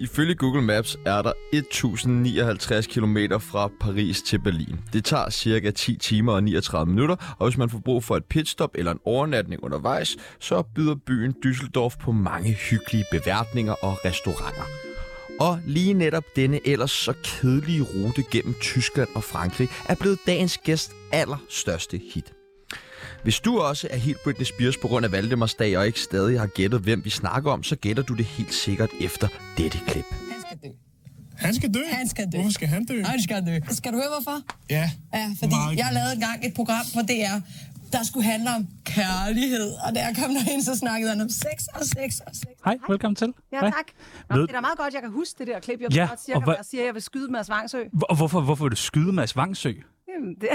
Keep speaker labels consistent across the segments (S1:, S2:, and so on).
S1: Ifølge Google Maps er der 1059 km fra Paris til Berlin. Det tager cirka 10 timer og 39 minutter, og hvis man får brug for et pitstop eller en overnatning undervejs, så byder byen Düsseldorf på mange hyggelige beværtninger og restauranter. Og lige netop denne ellers så kedelige rute gennem Tyskland og Frankrig er blevet dagens gæst allerstørste hit. Hvis du også er helt Britney Spears på grund af Valdemarsdag og ikke stadig har gættet, hvem vi snakker om, så gætter du det helt sikkert efter dette klip.
S2: Han skal dø.
S3: Han skal dø.
S2: Han skal dø.
S3: Hvorfor skal han dø?
S2: Han skal dø. Skal du høre hvorfor?
S3: Ja.
S2: Ja, fordi
S3: Meget.
S2: jeg lavede engang et program på DR, der skulle handle om kærlighed. Og da jeg kom derind, så snakkede han om sex og sex og sex.
S4: Hej, velkommen til.
S5: Ja, tak. Nå,
S4: Ved-
S5: det er da meget godt, jeg kan huske det der klip. Jeg ved
S4: Ja,
S5: ja, godt cirka,
S4: og
S5: hvad
S4: hvad-
S5: jeg siger, jeg vil skyde Mads Vangsø.
S4: Hvor- Og hvorfor, hvorfor vil du skyde Mads Vangsø?
S5: Jamen, det...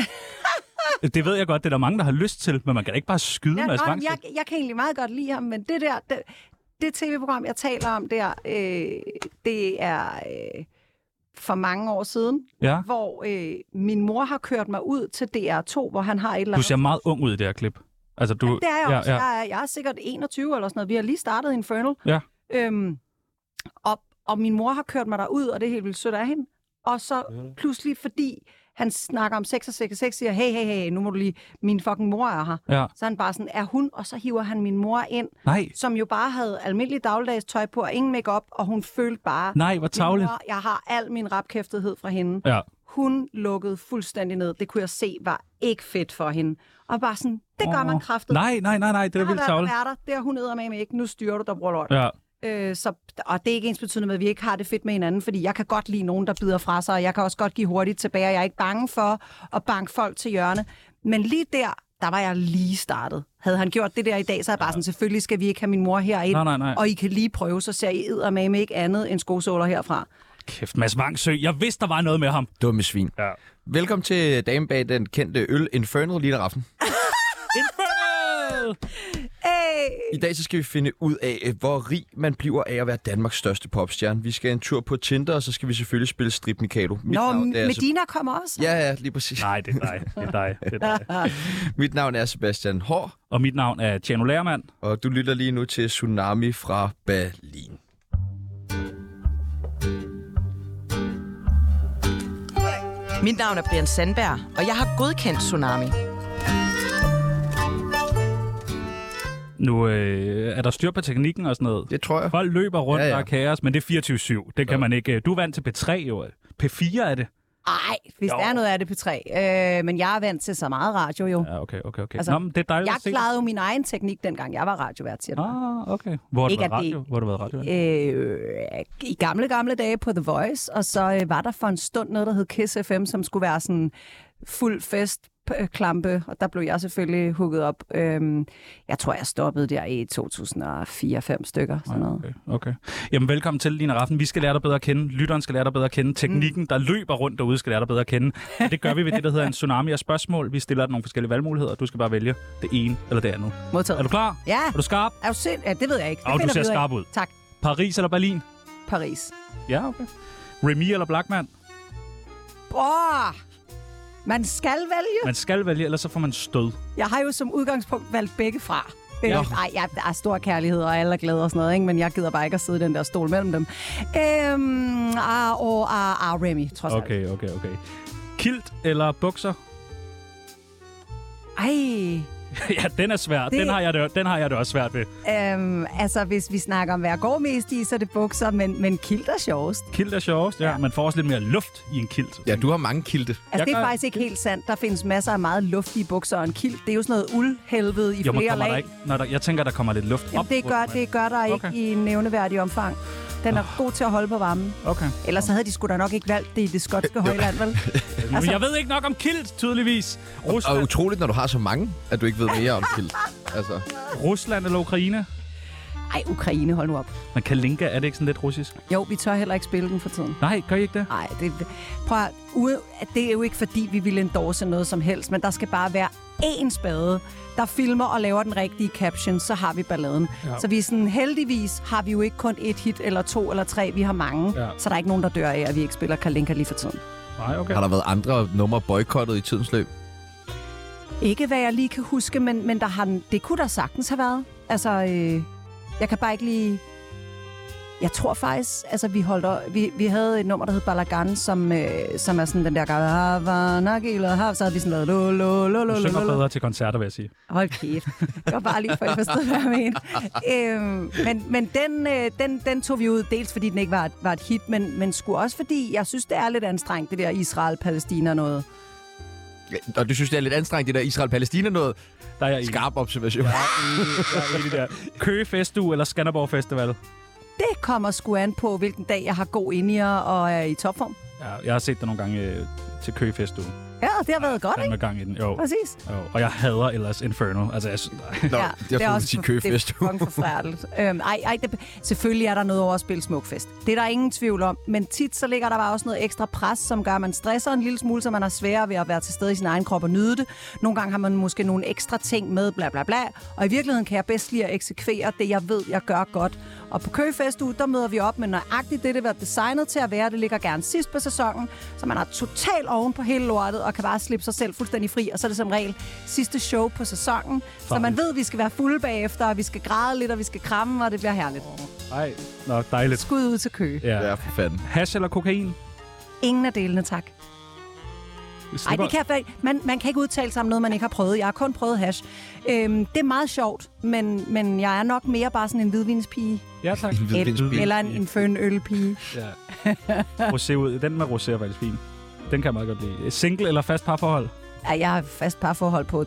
S4: Det ved jeg godt, det er der mange, der har lyst til, men man kan da ikke bare skyde
S5: Ja,
S4: Mads
S5: nå, men
S4: Vangsø.
S5: jeg, jeg kan egentlig meget godt lide ham, men det der, det, det tv-program, jeg taler om der, øh, det er øh, for mange år siden,
S4: Ja.
S5: hvor øh, min mor har kørt mig ud til DR2, hvor han har et eller
S4: Du
S5: andet.
S4: ser meget ung ud i det her klip. Altså, du,
S5: Ja, det er jeg også.
S4: Ja, ja.
S5: Jeg, er, jeg er sikkert 21 eller sådan noget. Vi har lige startet Infernal.
S4: Ja.
S5: Øhm, og, og min mor har kørt mig derud, og det er helt vildt sødt af hende. Og så pludselig, fordi han snakker om 6 og 6 og 6, siger, hey, hey, hey, nu må du lige, min fucking mor er her.
S4: Ja.
S5: Så er han bare sådan, er hun, og så hiver han min mor ind,
S4: Nej,
S5: som jo bare havde almindelig dagligdags tøj på og ingen makeup, og hun følte bare,
S4: nej, hvor
S5: min
S4: tavligt.
S5: mor, jeg har al min rapkæftethed fra hende
S4: Ja.
S5: hun lukkede fuldstændig ned. Det kunne jeg se var ikke fedt for hende. Og bare sådan, det gør man
S4: Åh.
S5: kraftet.
S4: Nej, nej, nej, nej, det er
S5: det er
S4: vildt tavligt.
S5: der, det har hun med ikke. Nu styrer du dig, bror lort.
S4: Ja.
S5: Øh, så, og det er ikke ens betydende med, at vi ikke har det fedt med hinanden, fordi jeg kan godt lide nogen, der bider fra sig, og jeg kan også godt give hurtigt tilbage, og jeg er ikke bange for at banke folk til hjørne. Men lige der, der var jeg lige startet. Havde han gjort det der i dag, så er jeg bare sådan, selvfølgelig skal vi ikke have min mor herind,
S4: Nej, nej, nej.
S5: og I kan lige prøve, så ser I med ikke andet end skosåler herfra.
S4: Kæft, Mads Vangsø. Jeg vidste, der var noget med ham.
S1: Dumme svin.
S4: Ja.
S1: Velkommen til damen bag den kendte øl Inferno lige aften.
S4: Infernal!
S5: Hey!
S1: I dag så skal vi finde ud af, øh, hvor rig man bliver af at være Danmarks største popstjerne. Vi skal en tur på Tinder, og så skal vi selvfølgelig spille Strip Mikado. Mit
S5: Nå,
S1: navn er Seb-
S5: Medina kommer også.
S1: Ja, ja, lige præcis.
S4: Nej, det er dig. Det er dig. Det er dig.
S1: Mit navn er Sebastian Hår,
S4: Og mit navn er Tjano Lærmand.
S1: og du lytter lige nu til Tsunami fra Berlin.
S6: Mit navn er Brian Sandberg, og jeg har godkendt Tsunami.
S4: Nu øh, er der styr på teknikken og sådan noget.
S1: Det tror jeg.
S4: Folk løber rundt,
S1: Ja,
S4: ja,
S1: ja.
S4: ja. der er kaos, men det er 24-7. Det kan man ikke. øh, Du er vant til P3 jo. P4 er det.
S5: Nej, hvis
S4: Jo.
S5: jo. der er noget af det på tre. Øh, men jeg er vant til så meget radio jo. Ja,
S4: Ja, okay, okay, okay. Altså,
S5: Altså,
S4: Nå, men det er dejligt
S5: jeg
S4: at se.
S5: klarede jo min egen teknik, dengang jeg var radiovært, siger du.
S4: Ah, okay. Hvor har du
S5: Ikke,
S4: været
S5: at det
S4: radio?
S5: ikke-
S4: Hvor har du været radio?
S5: Øh, I gamle, gamle dage på The Voice, og så øh, var der for en stund noget, der hed Kiss FM, som skulle være sådan fuld fest p- øh, klampe, og der blev jeg selvfølgelig hugget op. Øhm, jeg tror, jeg stoppede der i 2004-5 stykker. Sådan noget.
S4: Okay, okay. Jamen, velkommen til, Lina Raffen. Vi skal lære dig bedre at kende. Lytteren skal lære dig bedre at kende.
S5: Mm.
S4: Teknikken, der løber rundt derude, skal lære dig bedre at kende. Og det gør vi ved det, der hedder en tsunami af spørgsmål. Vi stiller dig nogle forskellige valgmuligheder, og du skal bare vælge det ene eller det andet.
S5: Modtaget.
S4: Er du klar?
S5: Ja.
S4: Er du skarp?
S5: Er du sind? Ja, det ved jeg ikke. Det
S4: Åh, du
S5: finder
S4: ser
S5: vi af.
S4: skarp ud.
S5: Tak.
S4: Paris eller Berlin?
S5: Paris.
S4: Ja, okay. Remy eller Blackman?
S5: Åh, man skal vælge.
S4: Man skal vælge, ellers så får man stød.
S5: Jeg har jo som udgangspunkt valgt begge fra. Øh, ej, jeg, der er stor kærlighed, og alle er glade og sådan noget, ikke? men jeg gider bare ikke at sidde i den der stol mellem dem. Øhm, ah, og ah, ah, Remy, trods alt.
S4: Okay, okay, okay. Kilt eller bukser?
S5: Ej,
S4: ja, den er svær.
S5: Det-
S4: Den, har jeg det, den har jeg det også svært ved.
S5: øhm, altså hvis vi snakker om, hvad jeg går mest i, så er det bukser, men, men kilt er sjovest.
S4: Kilt er sjovest, ja. Man får også lidt mere luft i en kilt.
S1: Ja, du har mange kilte.
S5: Altså,
S4: Jeg
S5: det er
S4: gør-
S5: faktisk ikke helt sandt. Der findes masser af meget luftige bukser og en kilt. Det er jo sådan noget uldhelvede i
S4: Jo, men
S5: flere
S4: kommer der
S5: lag.
S4: ikke... Nå, der, jeg tænker, der kommer lidt luft
S5: Jamen,
S4: op.
S5: det, gør, det gør der ikke
S4: Okay.
S5: okay. i nævneværdig omfang. Den er god til at holde på varmen.
S4: Okay.
S5: Ellers havde de sgu da nok ikke valgt det i det skotske højland, vel?
S4: Altså... Jeg ved ikke nok om kilt, tydeligvis.
S1: Og
S4: Rusland,
S1: utroligt, når du har så mange, at du ikke ved mere om kilt. Altså,
S4: Rusland eller Ukraine?
S5: Ej, Ukraine, hold nu op.
S4: Man kan linke, er det ikke sådan lidt russisk?
S5: Jo, vi tør heller ikke spille den for tiden.
S4: Nej, gør I ikke det?
S5: Nej, det, prøv at, ude, det er jo ikke fordi, vi ville endorse noget som helst, men der skal bare være én spade, der filmer og laver den rigtige caption, så har vi balladen.
S4: Ja.
S5: Ja. Så vi er sådan, heldigvis har vi jo ikke kun et hit, eller to, eller tre, vi har mange.
S4: Ja.
S5: Ja. Så der er ikke nogen, der dør af, at vi ikke spiller Kalinka lige for tiden.
S4: Nej, okay.
S1: har der været andre numre boykottet i tidens løb?
S5: Ikke hvad jeg lige kan huske, men, men der har, den- det kunne der sagtens have været. Altså, øh, jeg kan bare ikke lige... Jeg tror faktisk, altså vi holdt op, vi, vi havde et nummer, der hed Balagan, som, øh, som er sådan den der gang, så havde vi sådan lavet lo, lo, lo, lo,
S4: Du
S5: lo,
S4: synger
S5: lo, lo.
S4: bedre til koncerter, vil jeg sige.
S5: Hold kæft. Det var bare lige for, at I forstod, hvad jeg mente. Øhm, men men den, øh, den, den tog vi ud, dels fordi den ikke var, et- var et hit, men, men sgu også fordi, jeg synes, det er lidt anstrengt, det der Israel-Palæstina noget.
S1: Og du synes, det er lidt anstrengt, det der Israel-Palæstina noget?
S4: Der er jeg enig.
S1: Skarp observation.
S4: Jeg er enig der. Køge Festu eller Skanderborg Festival?
S5: Det kommer sgu an på, hvilken dag jeg har god ind og er i topform.
S4: Ja, jeg har set dig nogle gange øh, til Køge Festu.
S5: Ja, det har været godt,
S4: Der
S5: ikke?
S4: er
S5: Altså-
S4: med gang i den. Jo.
S5: Præcis.
S4: jo. Og jeg hader ellers Inferno. Altså, jeg, synes-
S1: Nå, ja, det er også
S5: for- det
S1: køfest.
S5: er fucking forfærdeligt. øhm, ej, ej, det, selvfølgelig er der noget over at spille smukfest. Det er der ingen tvivl om. Men tit så ligger der bare også noget ekstra pres, som gør, at man stresser en lille smule, så man har sværere ved at være til stede i sin egen krop og nyde det. Nogle gange har man måske nogle ekstra ting med, bla bla bla. Og i virkeligheden kan jeg bedst lide at eksekvere det, jeg ved, jeg gør godt. Og på Køgefest uge, der møder vi op med nøjagtigt det, det var designet til at være. Det ligger gerne sidst på sæsonen, så man er totalt oven på hele lortet og kan bare slippe sig selv fuldstændig fri. Og så er det som regel sidste show på sæsonen, så man ved, at vi skal være fulde bagefter, og vi skal græde lidt, og vi skal kramme, og det bliver herligt.
S4: ej, nå, dejligt.
S5: Skud ud til kø.
S4: Ja.
S1: Ja, for fanden.
S4: Hash eller kokain?
S5: Ingen af delene, tak. Nej,
S4: Slipper-
S5: det kan jeg, man, man kan ikke udtale sig om noget, man ikke har prøvet. Jeg har kun prøvet hash. Øhm, det er meget sjovt, men, men jeg er nok mere bare sådan en hvidvinspige.
S4: Ja, tak.
S1: Hvidvinspil.
S5: Eller en, en fønølpige.
S4: Ja. rosé ud. Den med rosé er faktisk fin. Den kan jeg meget godt lide. Single eller fast parforhold?
S5: Ja, jeg har fast parforhold på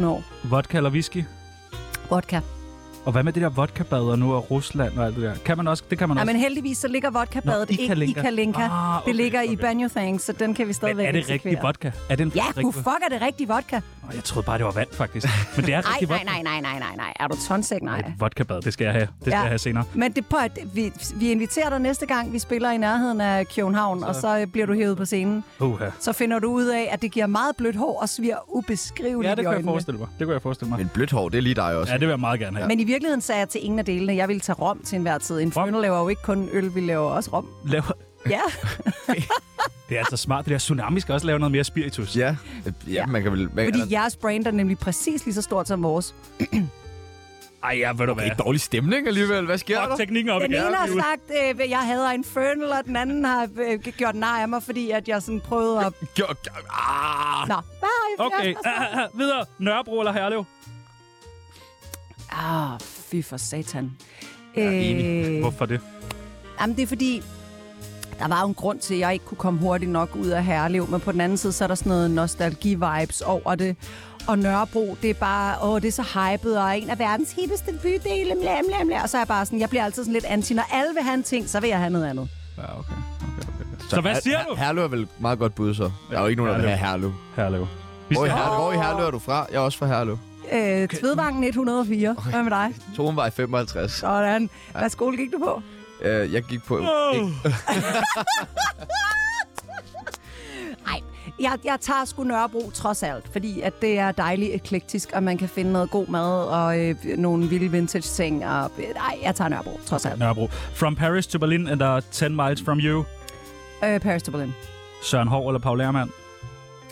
S5: 23-24 år.
S4: Vodka eller whisky?
S5: Vodka.
S4: Og hvad med det der vodkabader nu af Rusland og alt det der? Kan man også, det kan man
S5: Ja,
S4: også.
S5: men heldigvis så ligger vodkabadet
S4: Nå, i
S5: ikke i
S4: Kalinka.
S5: Kalinka.
S4: Ah, okay,
S5: det ligger i
S4: okay.
S5: Banyo Thanks, så den kan vi stadigvæk
S4: men er det
S5: eksekvere.
S4: rigtig vodka? Er den
S5: Ja, who
S4: rigtig vodka?
S5: fuck er det rigtig vodka?
S4: Åh, Jeg troede bare, det var vand, faktisk. Men det er
S5: Ej,
S4: rigtig
S5: nej,
S4: vodka.
S5: nej, nej, nej, nej, nej. Er du tonsæk? Nej.
S4: Et vodkabad, det skal jeg have. Det skal
S5: Ja.
S4: jeg have senere.
S5: Men det på, at vi, vi inviterer dig næste gang, vi spiller i nærheden af København, og så øh, bliver du hævet på scenen.
S4: Uha.
S5: Så finder du ud af, at det giver meget blødt hår og sviger ubeskriveligt
S4: Ja, det
S5: i
S4: kunne jeg
S5: øjnene.
S4: forestille mig. Det kunne jeg forestille mig.
S1: Men blødt hår, det er lige dig også.
S4: Ja, det vil jeg meget gerne have.
S5: Men i virkeligheden sagde jeg til ingen af delene, jeg ville tage rom til enhver tid. En
S4: Rom?
S5: laver jo ikke kun øl, vi laver også rom.
S4: Laver...
S5: Ja.
S4: Det er altså smart. Det der tsunami skal også lave noget mere spiritus.
S1: Ja, ja man kan vel... Man,
S5: Fordi jeres brand er nemlig præcis lige så stort som vores.
S4: Ej, ja, ved du
S1: Det er
S4: hvad.
S1: ikke dårlig stemning alligevel. Hvad sker
S4: Fuck
S1: der?
S4: teknikken op
S5: Den
S4: igen.
S5: ene har sagt, øh, at jeg hader Infernal, og den anden har øh, gjort nej af mig, fordi at jeg sådan prøvede at...
S1: Gjør- gør- Ah,
S5: Nå, bye.
S4: Okay, ah, ah, ah. videre. Nørrebro eller Herlev?
S5: Ah, fy for satan.
S4: Enig.
S5: Øh,
S4: Hvorfor det?
S5: jamen, det er fordi, der var jo en grund til, at jeg ikke kunne komme hurtigt nok ud af Herlev, men på den anden side, så er der sådan noget nostalgi-vibes over det. Og Nørrebro, det er bare, åh, det er så hypet, og er en af verdens hippeste bydele, blam, blam, blam. Og så er jeg bare sådan, jeg bliver altid sådan lidt anti. Når alle vil have en ting, så vil jeg have noget andet.
S4: Ja, okay. okay, okay. Så hvad siger du?
S1: Herlev er vel et meget godt bud, så. Der er jo ikke nogen, der vil have Herlev.
S4: Herlev. Vi
S1: Hvor i
S4: skal...
S1: Herlev, hvor i Herlev er du fra? Jeg er også fra Herlev.
S5: Øh, Tvedvangen 104. Hvad med dig?
S1: Torumvej 55.
S5: Sådan. Hvad skole gik du på?
S1: Øh, jeg gik på...
S4: Åh.
S1: ikke-
S5: Nej, jeg, jeg tager sgu Nørrebro trods alt, fordi at det er dejligt eklektisk, og man kan finde noget god mad og øh, nogle vilde vintage ting. Og, øh, nej, jeg tager Nørrebro trods alt.
S4: Nørrebro. From Paris to Berlin and uh, 10 miles from you.
S5: Øh, Paris to Berlin.
S4: Søren Hov eller Paul Lermann?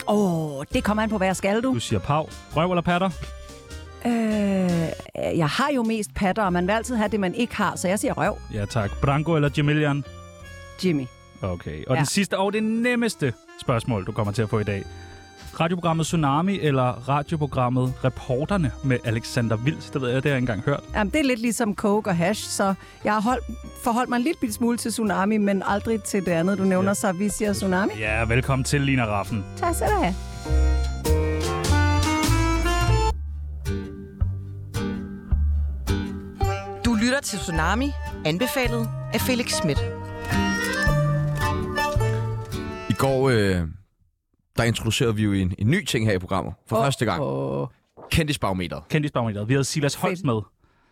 S5: Åh, oh, det kommer an på, hvad jeg skal, du.
S4: Du siger Pau. Røv eller patter?
S5: Øh, jeg har jo mest patter, og man vil altid have det, man ikke har, så jeg siger røv,
S4: Ja, tak. Branko eller Jamilian?
S5: Jimmy.
S4: Okay. Og ja.
S5: Ja.
S4: det sidste og det nemmeste spørgsmål, du kommer til at få i dag. Radioprogrammet Tsunami eller radioprogrammet Reporterne med Alexander Vils? Det ved jeg, det har jeg ikke engang hørt.
S5: Jamen, det er lidt ligesom coke og hash, så jeg har holdt, forholdt mig en lille bitte smule til tsunami, men aldrig til det andet, du nævner, så vi siger tsunami.
S4: Ja, velkommen til, Lina Raffen.
S5: Tak skal du have.
S6: Du lytter til Tsunami, anbefalet af Felix Schmidt.
S1: I går, øh, der introducerede vi jo en, en ny ting her i programmet. For oh, første gang.
S5: Åh,
S1: Kendisbarometeret.
S4: Kendisbarometeret. Vi havde Silas Holst med.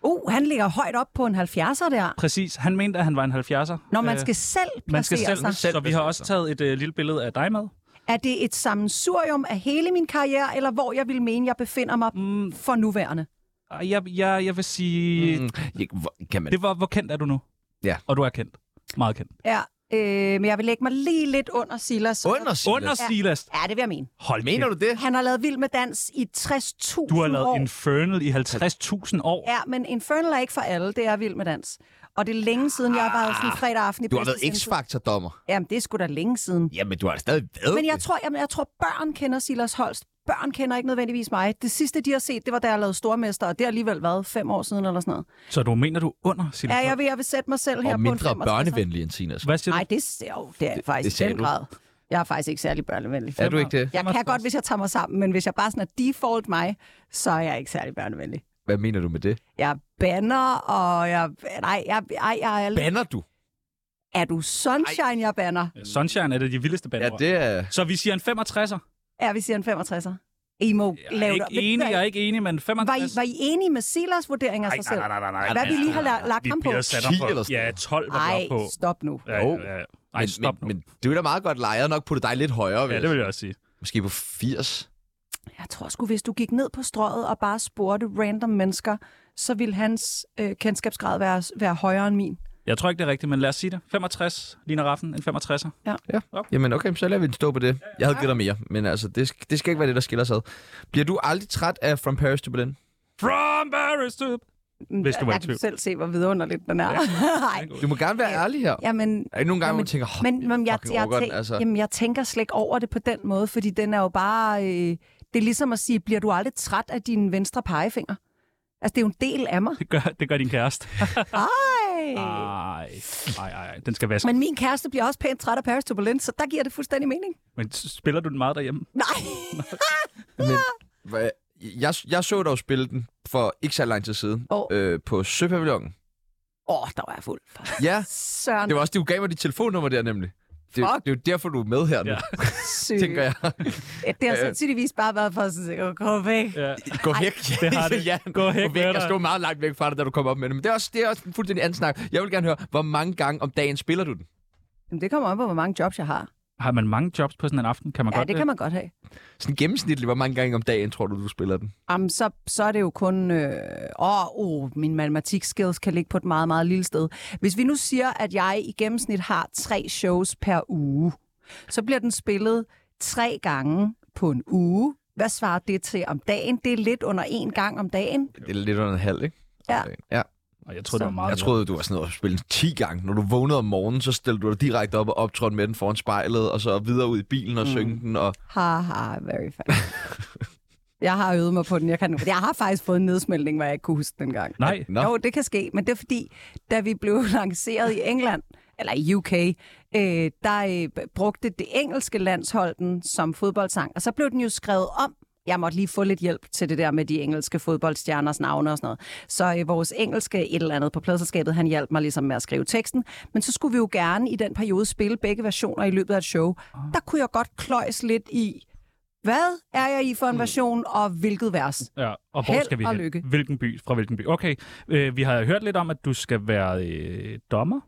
S5: uh, han ligger højt op på en 70'er der.
S4: Præcis. Han mente, at han var en 70'er.
S5: Når man
S4: Øh,
S5: skal altså. selv placere
S4: man skal selv,
S5: sig.
S4: selv, så vi har også taget et øh, lille billede af dig med.
S5: Er det et sammensurium af hele min karriere, eller hvor jeg vil mene, jeg befinder mig mm. for nuværende?
S4: Og Jeg, jeg, jeg vil sige, mm.
S1: Mm, ja, hvor- kan man...
S4: det var, hvor kendt er du nu?
S1: Ja.
S4: Og du er kendt. Meget kendt.
S5: Ja, øh, men jeg vil lægge mig lige lidt under Silas.
S1: Under, Silas.
S4: Under Silas.
S5: Ja, det vil jeg mene.
S4: Hold
S1: Mener
S4: kæft.
S1: du det?
S5: Han har lavet Vild med Dans i 60.000
S4: Du har lavet
S5: år.
S4: Infernal i 50.000 år.
S5: Ja, men Infernal er ikke for alle, det er Vild med Dans. Og det er længe siden, jeg har været sådan fredag aften i
S1: Ah, Du har været
S5: Business Central.
S1: X-Factor-dommer.
S5: Jamen, det er sgu da længe siden.
S1: Jamen, du har da stadig været
S5: Men jeg
S1: det.
S5: tror, jamen, jeg tror, børn kender Silas Holst. Børn kender ikke nødvendigvis mig. Det sidste, de har set, det var, da jeg lavede Stormester, og det har alligevel været fem år siden eller sådan noget.
S4: Så du mener, du er under Silas
S5: Ja,
S4: Holst?
S5: jeg vil, jeg vil sætte mig selv her
S1: Og
S5: på en altså.
S1: mindre
S5: 65'er.
S1: børnevenlig end Sinas.
S4: Hvad siger
S5: Nej,
S4: du?
S5: det, er- jo, det er jeg faktisk
S1: sagde
S5: i den
S1: du.
S5: grad. Jeg er faktisk ikke særlig børnevenlig.
S1: Er du ikke det?
S5: Jeg kan godt, hvis jeg tager mig sammen, men hvis jeg bare sådan er default mig, så er jeg ikke særlig børnevenlig.
S1: Hvad mener du med det?
S5: Jeg banner, og jeg... Nej, jeg, ej, jeg er...
S1: Banner du?
S5: Er du sunshine, jeg banner?
S4: Sunshine er det de vildeste
S1: Ja,
S4: bandeord.
S1: det er...
S4: Så vi siger en 65'er.
S5: Ja, vi siger en 65'er. I må
S4: Jeg er
S5: lave det.
S4: ikke
S5: om. Ved du
S4: enig,
S5: hvad?
S4: jeg er ikke enig, men 65...
S5: Var I, var I enige med Silas vurdering af sig selv?
S4: nej, nej, nej.
S5: Hvad vi lige har la- lagt
S4: vi
S5: ham på?
S4: bliver sat
S1: 10
S4: op
S1: eller
S4: på.
S1: sådan
S4: Ja,
S1: noget.
S4: 12 var vi
S5: Ej,
S4: oppe på.
S5: stop nu.
S4: Ja, ja, ja. Ej,
S1: men,
S4: stop
S1: men,
S4: nu.
S1: men det er da meget godt lege. Jeg havde nok puttet dig lidt højere. vil jeg
S4: Ja, det vil
S1: sige.
S4: jeg også sige.
S1: Måske på 80.
S5: Jeg tror sgu, hvis du gik ned på strøget og bare spurgte random mennesker, så ville hans øh, kendskabsgrad være, være højere end min.
S4: Jeg tror ikke, det er rigtigt, men lad os sige det. 65, Lina Raffen, en 65'er.
S1: Jamen okay, så lader vi den stå på det. Jeg havde givet dig mere, men altså, det, sk- det skal ikke være det, der skiller sig ad. Bliver du aldrig træt af From Paris to Berlin?
S4: From Paris to... Hvis du var i
S5: jeg kan
S4: tvivl.
S5: Mm, selv se, hvor vidunderligt den er. Nej.
S1: Du må gerne være ærlig her.
S5: Jamen,
S1: Er det nogle gange, hvor
S5: Jamen,
S1: man tænker, oh,
S5: men, men jeg, jeg,
S1: overgår den,
S5: tæ-
S1: altså.
S5: jamen, jeg tænker slet ikke over det på den måde, fordi den er jo bare... Øh, det er ligesom at sige, bliver du aldrig træt af din venstre pegefinger? Altså, det er jo en del af mig.
S4: Det gør, det gør din kæreste. Ah.
S5: Ej!
S4: Ej, ej, ej, ej. Den skal vaske. Men,
S5: Men min kæreste bliver også pænt træt af Paris to Berlin, så der giver det fuldstændig mening.
S4: men spiller du den meget derhjemme?
S5: Nej!
S1: Hva- Jeg, jeg så dig jo spille den for ikke så lang tid siden
S5: Hvor?
S1: øh, på Søpavillonen.
S5: Åh, oh, der var jeg fuld. For
S1: Ja,
S5: Søren
S1: det var også det, du gav mig dit telefonnummer der nemlig. Det, det er jo derfor, du er med her nu,
S4: Ja.
S1: ja.
S5: syg.
S1: tænker jeg.
S5: Det har sandsynligvis bare været for at sige, gå væk.
S4: Ja.
S1: Gå væk.
S4: det har det.
S1: ja,
S4: Gå væk med
S1: væk. Jeg
S4: dig.
S1: stod meget langt væk fra dig, da du kom op med det. Men det er også, det er også en fuldstændig anden snak. Jeg vil gerne høre, hvor mange gange om dagen spiller du den?
S5: Jamen, det kommer an på, hvor mange jobs jeg har.
S4: Har man mange jobs på sådan en aften? Kan man
S5: Ja,
S4: godt
S5: det kan man godt have.
S1: Sådan gennemsnitligt, hvor mange gange om dagen tror du, du spiller den?
S5: Jamen, så, så er det jo kun... Øh, åh, oh, min matematikskills kan ligge på et meget, meget lille sted. Hvis vi nu siger, at jeg i gennemsnit har tre shows per uge, så bliver den spillet tre gange på en uge. Hvad svarer det til om dagen? Det er lidt under en gang om dagen.
S1: Det er lidt under en halv, ikke?
S5: Ja.
S1: ja.
S4: Og jeg troede, det var meget.
S1: Jeg troede, du var sådan noget at spille 10 gange. Når du vågnede om morgenen, så stillede du dig direkte op og optrådte med den foran spejlet, og så videre ud i bilen og mm. synge den. Og...
S5: Haha, very funny. Jeg har øvet mig på den. Jeg, kan, jeg har faktisk fået en nedsmeltning, hvor jeg ikke kunne huske den gang.
S4: Nej.
S1: Nå.
S5: Jo, det kan ske, men det er fordi, da vi blev lanceret i England, eller i UK, øh, der øh, brugte det engelske landshold den som fodboldsang, og så blev den jo skrevet om. Jeg måtte lige få lidt hjælp til det der med de engelske fodboldstjerners navne og sådan noget. Så øh, vores engelske et eller andet på pladselskabet, han hjalp mig ligesom med at skrive teksten. Men så skulle vi jo gerne i den periode spille begge versioner i løbet af et show. Der kunne jeg godt kløjes lidt i, hvad er jeg i for
S1: Mm.
S5: en version, og hvilket vers?
S4: Ja, og hvor
S5: Held
S4: skal vi
S5: og
S4: hen?
S5: lykke.
S4: Hvilken by? Fra hvilken by? Okay, øh, vi har hørt lidt om, at du skal være øh, dommer.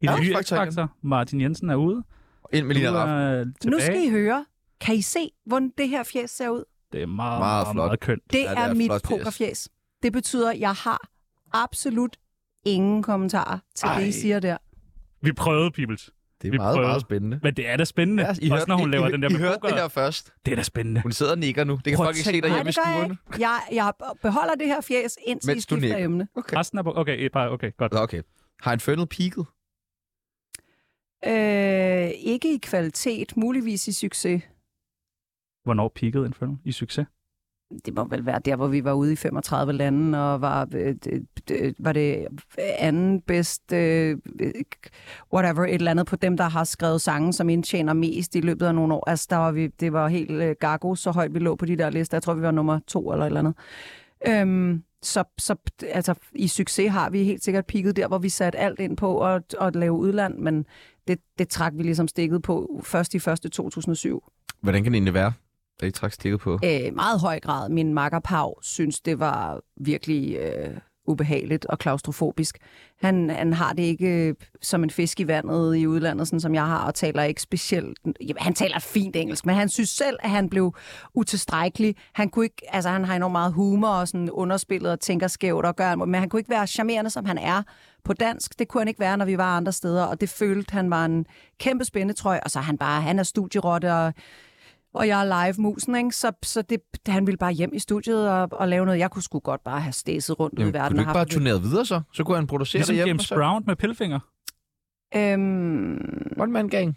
S4: I
S1: Ja,
S4: den nye
S1: X-Factor igen.
S4: X-Factor. Martin Jensen er ude.
S1: Ind med Lina
S4: du
S1: Raff.
S4: er tilbage.
S5: Nu skal I høre. Kan I se, hvordan det her fjes ser ud?
S4: Det er meget,
S1: Meget
S4: meget,
S1: flot.
S4: meget kønt.
S5: Det,
S1: Ja,
S5: ja,
S1: det
S5: det er,
S1: er
S5: mit
S1: flot fjes.
S5: pokerfjes. Det betyder, at jeg har absolut ingen kommentarer til Ej. det,
S4: Ej.
S5: I siger der.
S4: Vi prøvede, Peoples.
S1: Det
S4: vi
S1: er meget,
S4: prøver.
S1: meget spændende.
S4: Men det er da spændende.
S1: Ja,
S4: Også når hun laver
S1: I,
S4: den der
S1: I, I
S4: med
S1: hørte det
S4: pokeret.
S1: her først.
S4: Det er da spændende.
S1: Hun sidder og nikker nu. Det kan
S4: Prøv at
S1: folk ikke se
S4: tænke-
S5: Nej,
S1: derhjemme i
S5: det gør jeg
S1: stuerne.
S5: ikke. Jeg, jeg beholder det her fjes, indtil I
S1: Mens du
S5: skifter
S1: nikker.
S5: emne.
S1: Okay.
S4: Resten er på... Okay, et par... Okay, godt.
S1: Nå, okay. Har Infernal peaked?
S5: Øh, ikke i kvalitet, muligvis i succes.
S4: Hvornår peakede Inferno i succes?
S5: Det må vel være der, hvor vi var ude i 35 lande, og var, øh, det, det, var det anden bedst, øh, whatever, et eller andet på dem, der har skrevet sange, som indtjener mest i løbet af nogle år. Altså, der var vi, det var helt øh, gago, så højt vi lå på de der lister. Jeg tror, vi var nummer to eller et eller andet. Øhm, så, så altså, i succes har vi helt sikkert pigget der, hvor vi satte alt ind på at, at lave udland, men det, det trak vi ligesom stikket på først i første 2007.
S1: Hvordan kan det egentlig være, at I trak stikket på?
S5: Øh, meget høj grad. Min makker Pau synes, det var virkelig øh, ubehageligt og klaustrofobisk. Han, han har det ikke øh, som en fisk i vandet i udlandet, sådan som jeg har, og taler ikke specielt... Jamen, han taler fint engelsk, men han synes selv, at han blev utilstrækkelig. Han, kunne ikke, altså, han har enormt meget humor og sådan underspillet og tænker skævt og gør... Men han kunne ikke være charmerende, som han er på dansk. Det kunne han ikke være, når vi var andre steder, og det følte han var en kæmpe spændetrøj, og så er han bare, han er studierotte og og jeg er live musen, ikke? så, så det, han ville bare hjem i studiet og, og lave noget. Jeg kunne sgu godt bare have stæset rundt ude i
S1: Jamen, kunne
S5: verden.
S1: du
S5: og
S1: ikke bare
S5: haft
S1: turnere videre så? Så kunne han producere
S4: Ligesom
S1: det hjemme.
S4: James Brown med pillefinger.
S5: Øhm,
S1: One man gang.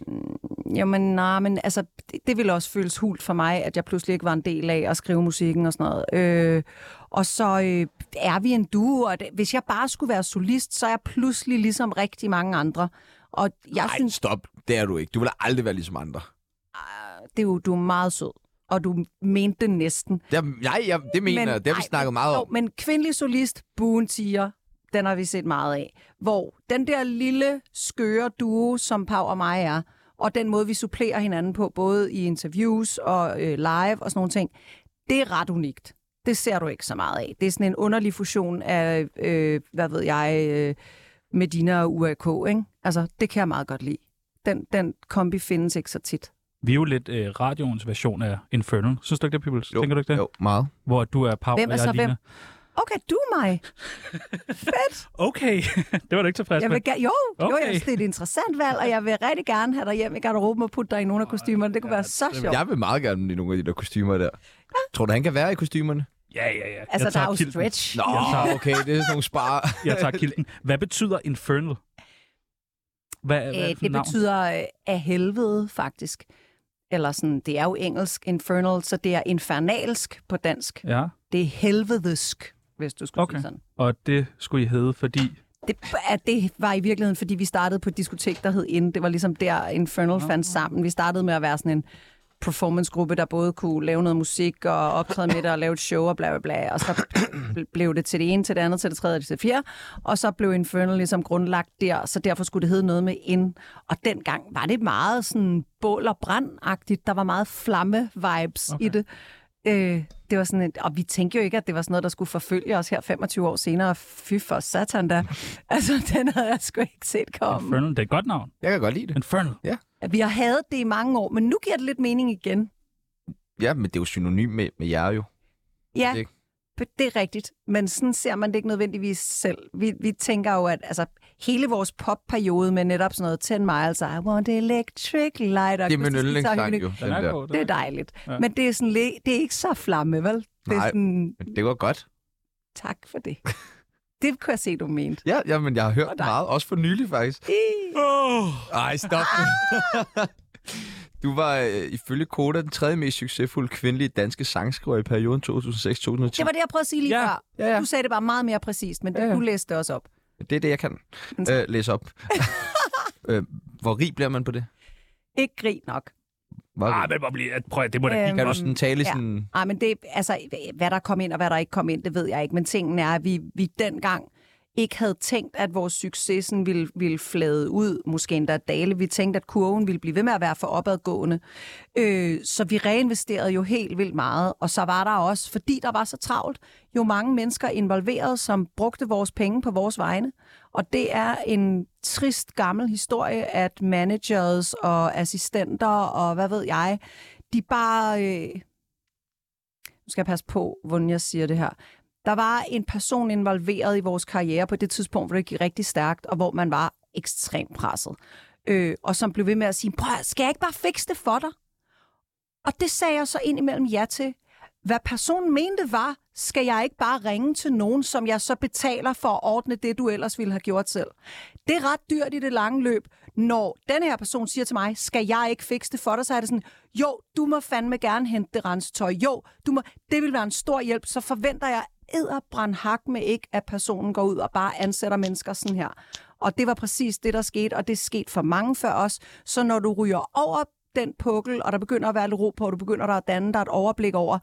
S5: Jamen, nej, men altså, det, det ville også føles hult for mig, at jeg pludselig ikke var en del af at skrive musikken og sådan noget. Øh, og så øh, er vi en duo, og det, hvis jeg bare skulle være solist, så er jeg pludselig ligesom rigtig mange andre. Og jeg
S1: Nej,
S5: synes,
S1: stop. Det er du ikke. Du vil aldrig være ligesom andre.
S5: det er jo, du er meget sød, og du mente det næsten.
S1: Det, nej, jeg, det mener jeg. Det har vi
S5: ej,
S1: snakket meget
S5: jo,
S1: om.
S5: Men kvindelig solist, Boon Tiger, den har vi set meget af. Hvor den der lille, skøre duo, som Pau og mig er, og den måde, vi supplerer hinanden på, både i interviews og øh, live og sådan nogle ting, det er ret unikt. Det ser du ikke så meget af. Det er sådan en underlig fusion af, øh, hvad ved jeg, øh, Medina og UAK, ikke? Altså, det kan jeg meget godt lide. Den, den kombi findes ikke så tit.
S4: Vi er jo lidt øh, radioens version af Infernal. Synes du ikke det, Pibbles? Tænker du ikke det?
S1: Jo, meget.
S4: Hvor du er Pau,
S5: Hvem er
S4: og jeg
S5: så
S4: er Line.
S5: hvem? Okay, du er mig.
S4: Okay, det var du ikke tilfreds
S5: Jeg
S4: med.
S5: vil ga- jo, okay. jo,
S4: Okay.
S5: jeg synes, det er et interessant valg, og jeg vil rigtig gerne have dig hjem i garderoben og putte dig i nogle af kostymerne. Det kunne være så sjovt.
S1: Jeg vil meget gerne i nogle af de der kostymer der. Tror du, han kan være i kostymerne?
S4: Ja, ja, ja.
S5: Altså,
S4: Jeg
S5: der
S4: tager
S5: er jo
S4: kilten.
S5: stretch.
S1: Nå,
S4: tager-
S1: okay, det er sådan nogle spare.
S4: Jeg tager kilden. Hvad betyder Infernal? Hvad, hvad er
S5: Æh,
S4: det, for
S5: det
S4: et navn?
S5: betyder øh, af helvede, faktisk. Eller sådan, det er jo engelsk, infernal, så det er infernalsk på dansk.
S4: Ja,
S5: Det er helvedesk, hvis du skulle
S4: Okay.
S5: sige sådan.
S4: og det skulle I hedde, fordi...
S5: Det, at det var i virkeligheden, fordi vi startede på et diskotek, der hed Inde. Det var ligesom der, Infernal fandt sammen. Vi startede med at være sådan en performancegruppe, der både kunne lave noget musik og optræde med det og lave et show og bla bla bla. Og så bl- blev det til det ene, til det andet, til det tredje og til det fjerde. Og så blev Infernal ligesom grundlagt der, så derfor skulle det hedde noget med Inde. Og dengang var det meget sådan bål og brand-agtigt. Der var meget flamme-vibes okay. i det. Øh, det var sådan et, og vi tænkte jo ikke, at det var sådan noget, der skulle forfølge os her 25 år senere. Fy for satan da. Altså, den havde jeg sgu ikke set komme.
S4: Infernal, det er et godt navn.
S1: Jeg kan godt lide det.
S4: Infernal.
S5: Vi har hadet det i mange år, men nu giver det lidt mening igen.
S1: Ja, men det er jo synonym med, med jer jo.
S5: Ja,
S1: Det-
S5: det, det er rigtigt. Men sådan ser man det ikke nødvendigvis selv. Vi, vi tænker jo, at altså, hele vores popperiode med netop sådan noget 10 miles, I want electric light. og
S1: Det er min
S5: akustisk
S1: yndlingssang
S5: guitar-
S1: jo.
S4: Den
S1: Den
S4: er
S1: der.
S4: god.
S5: Det er dejligt.
S4: Ja.
S5: Ja. Men det er, sådan, lidt- det er ikke så flamme, vel? Det er
S1: Nej.
S5: sådan,
S1: Men Det var godt.
S5: tak for det. Det kunne jeg se, du mente.
S1: Ja, ja men jeg har hørt meget. Også for nylig, faktisk.
S5: Ih.
S4: Oh.
S1: Ej, stop. du var øh, ifølge Koda den tredje mest succesfulde kvindelige danske sangskriver i perioden 2006-2010.
S5: Det var det, jeg prøvede at sige lige
S4: Ja,
S5: ja. før.
S1: ja, ja.
S5: Du sagde det bare meget mere præcist, men det,
S1: Ja,
S5: ja,
S1: ja.
S5: ja. du læste det også op.
S1: Det er det, jeg kan øh, læse op. øh, hvor rig bliver man på det?
S5: Ikke grin nok.
S1: Hvor
S4: Ah,
S1: rig?
S4: det må blive... at- Prøv, at- det må da
S5: Øhm,
S4: give
S1: Kan du sådan tale
S5: ja.
S1: sådan...
S5: Ej, men det, altså, hvad der kom ind og hvad der ikke kom ind, det ved jeg ikke. Men tingen er, at vi, vi dengang ikke havde tænkt, at vores succesen ville, ville flade ud, måske endda dale. Vi tænkte, at kurven ville blive ved med at være for opadgående. Øh, så vi reinvesterede jo helt vildt meget. Og så var der også, fordi der var så travlt, jo mange mennesker involveret, som brugte vores penge på vores vegne. Og det er en trist gammel historie, at managers og assistenter og hvad ved jeg, de bare... Øh, nu skal jeg passe på, hvordan jeg siger det her. Der var en person involveret i vores karriere på det tidspunkt, hvor det gik rigtig stærkt, og hvor man var ekstremt presset. Øh, og som blev ved med at sige, prøv, at høre, skal jeg ikke bare fikse det for dig? Og det sagde jeg så indimellem ja til. Hvad personen mente var, skal jeg ikke bare ringe til nogen, som jeg så betaler for at ordne det, du ellers ville have gjort selv. Det er ret dyrt i det lange løb. Når den her person siger til mig, skal jeg ikke fikse det for dig, så er det sådan, jo, du må fandme gerne hente det rensetøj. Jo, du må, det vil være en stor hjælp, så forventer jeg edderbrandhak med ikke, at personen går ud og bare ansætter mennesker sådan her. Og det var præcis det, der skete, og det skete for mange før os. Så når du ryger over den pukkel, og der begynder at være lidt ro på, og du begynder der at danne dig et overblik over,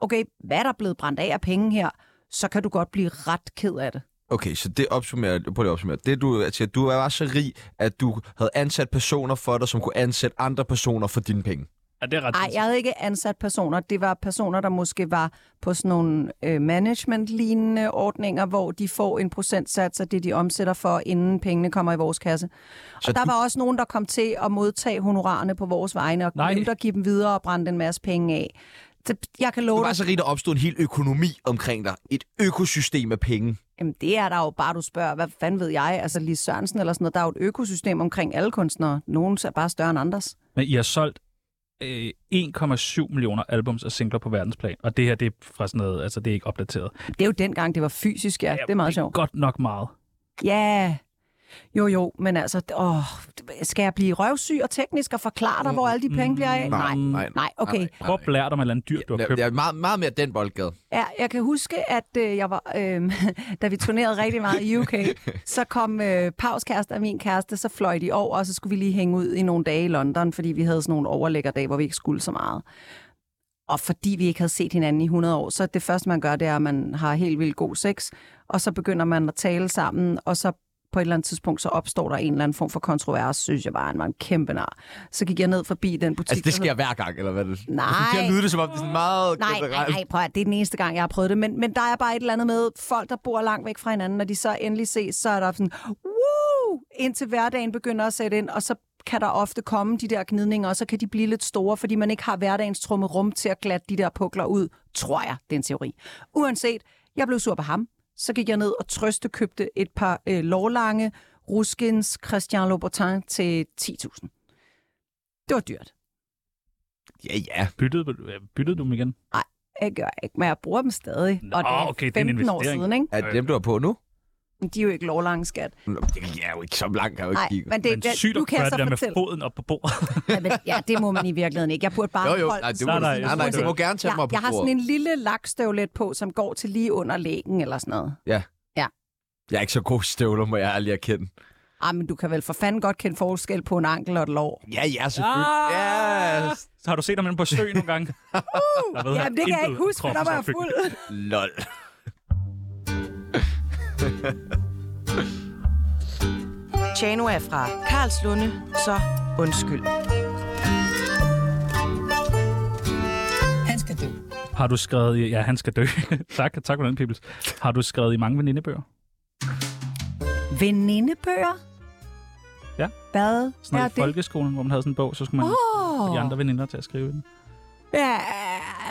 S5: okay, hvad er der blevet brændt af af penge her, så kan du godt blive ret ked af det.
S1: Okay, så det opsummerer, prøv lige at opsummere. Det du siger, du var så rig, at du havde ansat personer for dig, som kunne ansætte andre personer for dine penge.
S4: Ja, det er ret
S5: Nej, jeg havde ikke ansat personer. Det var personer, der måske var på sådan nogle øh, management-lignende ordninger, hvor de får en procentsats af det, de omsætter for, inden pengene kommer i vores kasse. Så og der
S1: du-
S5: du... var også nogen, der kom til at modtage honorarerne på vores vegne, og
S4: Nej.
S5: glemte at give dem videre og brænde en masse penge af. Så jeg kan love
S1: Du
S5: dig,
S1: var så rig, der opstod en hel økonomi omkring dig. Et økosystem af penge.
S5: Jamen, det er der jo bare, du spørger, hvad fanden ved jeg? Altså, Lise Sørensen eller sådan noget, der er jo et økosystem omkring alle kunstnere. Nogen er bare større end andres.
S4: Men I har solgt øh, 1,7 millioner albums og singler på verdensplan. Og det her, det er fra sådan noget, altså det er ikke opdateret.
S5: Det er jo dengang, det var fysisk, ja. Det er meget sjovt.
S4: Godt nok meget.
S5: Ja, jo jo, men altså, åh, skal jeg blive røvsyg og teknisk og forklare dig, hvor alle de penge bliver af?
S4: Nej, nej.
S5: Nej, okay.
S4: Prøv at blære dig med et eller andet dyr, du har
S3: Jeg,
S4: købt.
S3: jeg er meget, meget mere den boldgade.
S5: Ja, jeg kan huske, at øh, jeg var, øh, da vi turnerede rigtig meget i UK, så kom øh, Pavs kæreste og min kæreste, så fløj de over, og så skulle vi lige hænge ud i nogle dage i London, fordi vi havde sådan nogle overlæggerdage, hvor vi ikke skulle så meget. Og fordi vi ikke havde set hinanden i 100 år, så det første, man gør, det er, at man har helt vildt god sex, og så begynder man at tale sammen, og så på et eller andet tidspunkt, så opstår der en eller anden form for kontrovers, synes jeg bare, han var en kæmpe nar. Så gik jeg ned forbi den butik.
S3: Altså,
S5: der
S3: det sker hver gang, eller hvad? det-
S5: Nej.
S3: Jeg synes, Jeg lyder det, som om det er sådan meget
S5: Nej, nej,
S3: generelt.
S5: nej, prøv at, det er den eneste gang, jeg har prøvet det. Men, men der er bare et eller andet med folk, der bor langt væk fra hinanden. Når de så endelig ses, så er der sådan, woo! Indtil hverdagen begynder at sætte ind, og så kan der ofte komme de der gnidninger, og så kan de blive lidt store, fordi man ikke har hverdagens trumme rum til at glatte de der pukler ud, tror jeg, den teori. Uanset, jeg blev sur på ham. Så gik jeg ned og trøste købte et par øh, lovlange Ruskins Christian Louboutin til 10.000. Det var dyrt.
S3: Ja, ja.
S4: Byttede, øh, byttede du dem igen?
S5: Jeg gør jeg ikke, men jeg bruger dem stadig.
S4: Nå,
S5: og det er
S4: okay, det er en
S5: 15 år
S4: investering.
S5: siden, ikke?
S3: Er det dem, du har på nu?
S5: Men De er jo ikke lovlange, skat.
S3: Nå, Det er jo ikke så langt, kan jeg jo
S5: Nej,
S3: ikke kigge.
S5: men det,
S4: Men
S5: det
S4: sygt
S5: nu
S4: at
S5: kan
S4: gøre
S5: jeg
S4: det
S5: så
S4: der med
S5: fortælle.
S4: foden op på bordet.
S5: Ja, men, ja, det må man i virkeligheden ikke. Jeg burde bare
S3: Jo, jo.
S5: holde
S3: Nej,
S5: den
S3: det
S5: sådan.
S3: må
S4: Nej,
S3: du,
S4: nej,
S3: nej, nej, du må gerne tage
S5: jeg,
S3: mig på
S5: jeg har sådan
S3: bordet.
S5: en lille lakstøvlet på, som går til lige under lægen eller sådan noget.
S3: Jeg er ikke så god i støvler, må jeg ærligt erkende.
S5: Ah, men du kan vel for fanden godt kende forskel på en ankel og et lår.
S3: Ja, ja,
S4: Ah.
S3: selvfølgelig. Ja, yes.
S4: Så har du set ham inde på sø nogle gange? Der ved han
S5: Jamen, Uh! det kan jeg
S4: intet
S5: ikke
S4: om
S5: huske, for der
S4: kroppens
S5: var jeg
S4: opbygning.
S5: fuld.
S3: lol.
S6: Chano er fra Karlslunde, så undskyld.
S2: Han skal dø.
S4: Har du skrevet... i- Ja, han skal dø. tak, tak for den, Pibels. Har du skrevet i mange venindebøger?
S5: Venindebøger?
S4: Ja.
S5: Hvad er
S4: Sådan noget i
S5: det?
S4: folkeskolen, hvor man havde sådan en bog, så skulle man oh. de andre veninder til at skrive den.
S5: Ja,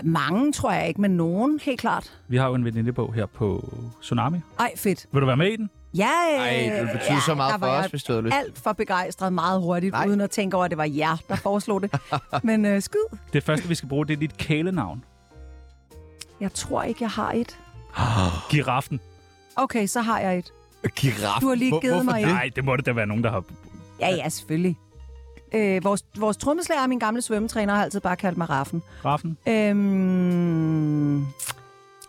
S5: mange tror jeg ikke, men nogen, helt klart.
S4: Vi har jo en venindebog her på Tsunami.
S5: Ej, fedt.
S4: Vil du være med i den?
S5: Ja, øh,
S3: Ej, det ville betyde så meget
S5: der
S3: for
S5: var
S3: os,
S5: jeg
S3: hvis du havde lyst.
S5: alt for begejstret meget hurtigt,
S3: Nej.
S5: Nej. uden at tænke over, at det var jer, der foreslog det. Men øh, skyd.
S4: Det første, vi skal bruge, det er dit kælenavn.
S5: Jeg tror ikke, jeg har et.
S4: Giraffen.
S5: Okay, så har jeg et.
S3: Giraf.
S5: Du har lige givet mig et.
S4: Nej, det må det da være nogen, der har...
S5: Ja, ja, selvfølgelig. Øh, vores, vores trommeslager og min gamle svømmetræner har altid bare kaldt mig Raffen.
S4: Raffen.
S5: Øhm,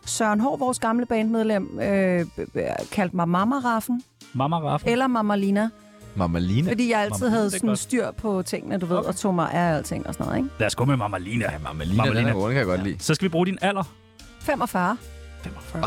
S5: Søren Hård, vores gamle bandmedlem, øh, b- b- kaldte mig Mama Raffen,
S4: Mama Raffen.
S5: eller Mama Lina,
S3: Mamma Lina.
S5: fordi jeg altid
S4: Mamma,
S5: havde
S4: det er
S5: sådan
S4: godt.
S5: styr på tingene, du ved,
S4: Okay.
S5: og tog mig af alting og sådan noget, ikke?
S4: Lad os gå med Mama Lina. Ja, Mama Lina.
S3: Mamma Lina. Runde kan jeg godt lide.
S4: Så skal vi bruge din alder.
S5: 45.
S4: 45.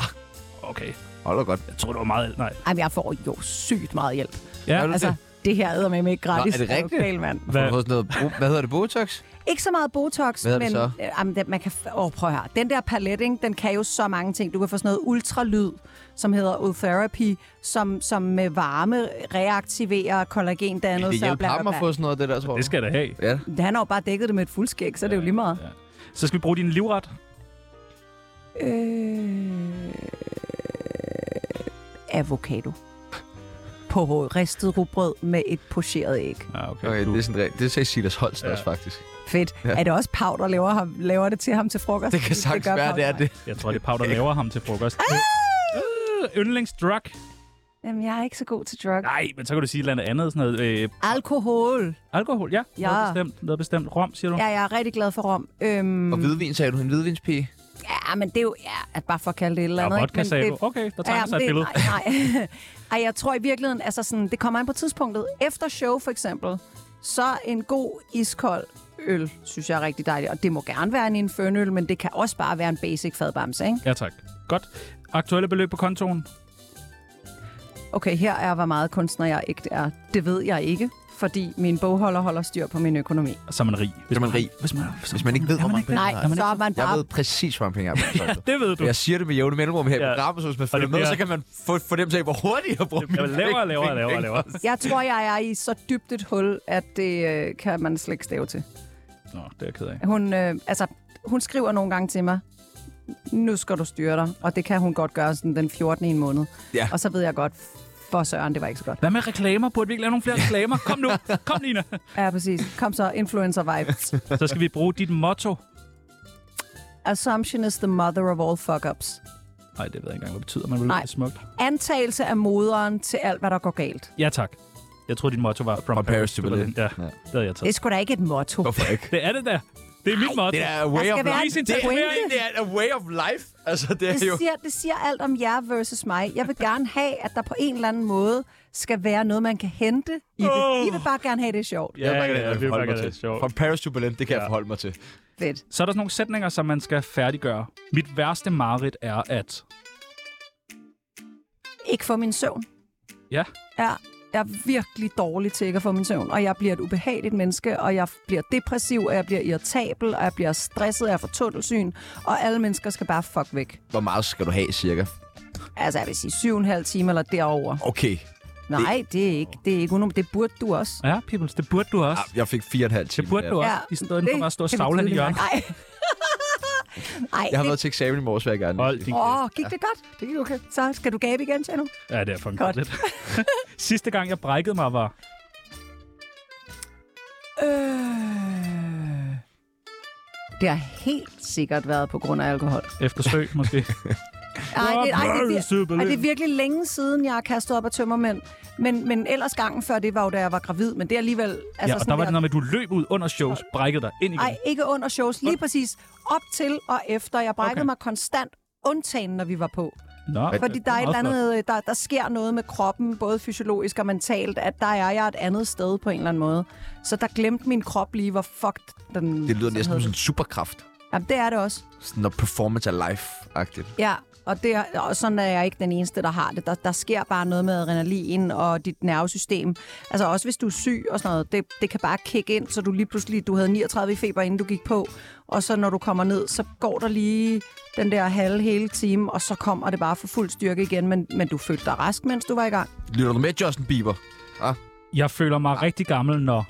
S4: Okay,
S3: Hold da godt.
S4: jeg tror, det var meget... Nej.
S5: Ej, men jeg får jo sygt meget hjælp.
S4: Ja,
S3: Er du
S5: Altså,
S3: det?
S5: det her æder med ikke gratis.
S3: Nå, er det
S5: jo
S3: rigtigt?
S5: Galt, mand.
S3: Har du fået sådan noget, bo- hvad hedder det, Botox?
S5: Ikke så meget Botox,
S3: Hvad er det
S5: men
S3: så?
S5: Øh, jamen, den- man kan, f- åh, prøv her. Den der palet, ikke, den kan jo så mange ting. Du kan få sådan noget ultralyd, som hedder Otherapy, som, som med varme reaktiverer kollagendannelser.
S3: Det
S5: og
S3: hjælper
S5: bla, bla,
S3: ham at
S5: bla.
S3: få sådan noget af det der, tror jeg.
S4: det skal jeg da have.
S3: Ja.
S5: Han har jo bare dækket det med et fuldskæg, så er det jo lige meget.
S4: Ja. Så skal vi bruge din livret.
S5: Øh, avocado. På ristet rugbrød med et pocheret æg.
S4: Ja, Ah, okay.
S3: Okay,
S4: Du-
S3: det er sådan rigtigt. Det sagde Silas Holst
S4: Ja.
S3: også, faktisk.
S5: Fedt. Ja. Er det også Pau, der laver, ham, laver det til ham til frokost?
S3: Det kan sagtens
S5: gør
S3: være,
S5: Pau
S3: det er
S5: til mig.
S3: det.
S4: Jeg tror, det er Pau, der laver ham til frokost.
S5: Ah!
S4: Øh, Yndlingsdrug.
S5: Jamen, jeg er ikke så god til drug.
S4: Nej, men så kan du sige et eller andet andet. Sådan noget, øh,
S5: Alkohol.
S4: alkohol, ja.
S5: Ja.
S4: Noget bestemt. Noget bestemt. Rom, siger du?
S5: Ja, jeg er rigtig glad for Rom. Øhm,
S3: Og hvidvin, sagde du, en hvidvinspige?
S5: ja, men det er jo ja, at bare for at kalde det et eller
S4: Ja,
S5: andet.
S4: vodka,
S5: ikke? Men
S4: sagde
S5: det,
S4: du. Okay, der tegner
S5: ja,
S4: sig et
S5: det,
S4: billede.
S5: Nej, nej. Ej, jeg tror i virkeligheden, altså sådan, det kommer an på tidspunktet. Efter show for eksempel, så en god iskold øl, synes jeg er rigtig dejligt. Og det må gerne være en infernøl, men det kan også bare være en basic fadbamse, ikke?
S4: Ja, tak. Godt. Aktuelle beløb på kontoen?
S5: Okay, her er, hvor meget kunstner jeg ikke er. Det ved jeg ikke, fordi min bogholder holder styr på min økonomi.
S4: Så er man rig. Hvis
S3: er man rig.
S4: Hvis man,
S3: Hvis man ikke ved, hvor mange penge
S5: Nej,
S3: man
S5: så er man
S3: Jeg
S5: bare...
S3: ved præcis, hvor mange penge jeg har. på kontoen.
S4: Det ved du.
S3: Og Jeg siger det med jævne mellemrum her i
S4: Ja.
S3: programmet, så hvis man
S4: Og
S3: følger
S4: det
S3: med,
S4: bliver-
S3: så kan man få, få dem til, hvor hurtigt jeg bruger
S4: Jeg vil lavere og lavere og lavere og lavere.
S5: Jeg tror, jeg er i så dybt et hul, at det øh, kan man slet ikke stave til.
S4: Nå, det er jeg ked af.
S5: Hun, øh, altså, hun skriver nogle gange til mig, nu skal du styre dig, og det kan hun godt gøre sådan den 14. i en måned.
S3: Ja.
S5: Og så ved jeg godt, for søren, det var ikke så godt.
S4: Hvad med reklamer? Burde vi ikke lave nogle flere reklamer? Kom nu. Kom, Nina.
S5: Ja, præcis. Kom så, influencer vibes.
S4: Så skal vi bruge dit motto.
S5: Assumption is the mother of all fuck-ups.
S4: Nej, det ved jeg ikke engang, hvad det betyder, men det
S5: Nej.
S4: er smukt.
S5: Antagelse er moderen til alt, hvad der går galt.
S4: Ja, tak. Jeg tror, dit motto var From,
S3: Paris to Berlin.
S4: Ja, det havde jeg
S5: Det er
S4: taget.
S5: sgu da ikke et motto.
S3: Hvorfor ikke?
S4: Det er det der. Det er mit motto.
S3: Det er a way
S5: Der
S3: of
S5: skal være
S3: life.
S5: en
S4: Vis en
S5: pointe.
S4: tatovering.
S3: Det er a way of life. Altså, det er jo...
S5: Det siger, det siger alt om jer versus mig. Jeg vil gerne have, at der på en eller anden måde skal være noget, man kan hente i det.
S4: Åh.
S5: I vil bare gerne have det er sjovt.
S4: Ja, ja, ja, det er
S3: forholde mig
S4: faktisk
S3: til.
S4: sjovt.
S3: Fra Paris to Berlin, det kan jeg forholde mig til.
S5: Fedt.
S4: Så er der sådan nogle sætninger, som man skal færdiggøre. Mit værste mareridt er at...
S5: Ikke få min søvn.
S4: Ja,
S5: Ja, jeg er virkelig dårlig til ikke at få min søvn, og jeg bliver et ubehageligt menneske, og jeg bliver depressiv, og jeg bliver irritabel, og jeg bliver stresset, og jeg får tunnelsyn, og alle mennesker skal bare fuck væk.
S1: Hvor meget skal du have, cirka?
S5: Altså, jeg vil sige syv og en halv time eller derover.
S3: Okay,
S5: Nej, det er ikke, det er ikke uno, det burde du også.
S4: ja peoples, det burde du også.
S1: Jeg fik 4,5
S4: Det
S1: timer.
S4: burde du også. Ja, I stedet for bare at stå og savle i hjørnet.
S5: Nej. Nej,
S1: Jeg har været til eksamen i morges, vil jeg gerne.
S4: Hold din
S5: Åh, oh, gik det godt? Det gik okay. Så skal du gabe igen, siger du?
S4: kæft. Ja, det er fucking
S5: Godt.
S4: godt. Sidste gang, jeg brækkede mig, var...
S5: Øh... Det har helt sikkert været på grund af alkohol.
S4: Efter sø, måske.
S5: Altså, Ej, det, ej, det,
S4: Mary
S5: det,
S4: Søberlin.
S5: ej, det er virkelig længe siden, jeg har kastet op af tømmermænd. Men, men ellers gangen før, det var jo, da jeg var gravid. Men det er alligevel... Altså
S4: ja, og
S5: sådan
S4: der var det noget med, at du løb ud under shows, brækkede dig ind igen.
S5: Ej, ikke under shows. Lige præcis op til og efter. Jeg brækkede
S4: Okay.
S5: mig konstant, undtagen når vi var på.
S4: Nå,
S5: Fordi der er et eller
S4: meget
S5: andet, øh, der, der sker noget med kroppen, både fysiologisk og mentalt, at der er jeg et andet sted på en eller anden måde. Så der glemte min krop lige, hvor fucked den...
S1: Det lyder
S5: så
S1: næsten som
S5: hed.
S1: sådan en superkraft.
S5: Jamen, det er det også.
S1: Sådan noget performance af life-agtigt.
S5: Ja, og, det, er- og sådan er jeg ikke den eneste, der har det. Der, der sker bare noget med adrenalin og dit nervesystem. Altså også hvis du er syg og sådan noget, det, det kan bare kigge ind, så du lige pludselig, du havde 39 i feber, inden du gik på, og så når du kommer ned, så går der lige den der halve hele time, og så kommer det bare for fuld styrke igen, men, men du følte dig rask, mens du var i gang.
S1: Lytter du med, Justin Bieber?
S3: Ah,
S4: Jeg føler mig rigtig gammel, når...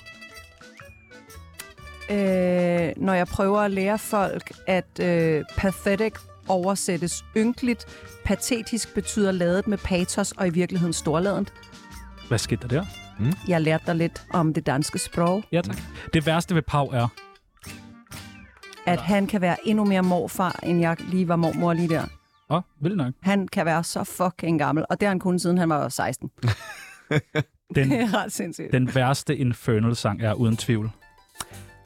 S5: øh, når jeg prøver at lære folk, at øh, pathetic oversættes ynkeligt, patetisk betyder ladet med patos og i virkeligheden storladent.
S4: Hvad skete der der?
S5: Jeg lærte dig lidt om det danske sprog,
S4: Ja, tak.
S5: Mm.
S4: Det værste ved Pau er...
S5: at han kan være endnu mere morfar, end jeg lige var mormor lige der.
S4: Åh, oh, vildt nok.
S5: Han kan være så fucking gammel, og det har han kun siden han var 16.
S4: Den,
S5: Det er ret sindssygt.
S4: Mm. den værste Infernal-sang er uden tvivl.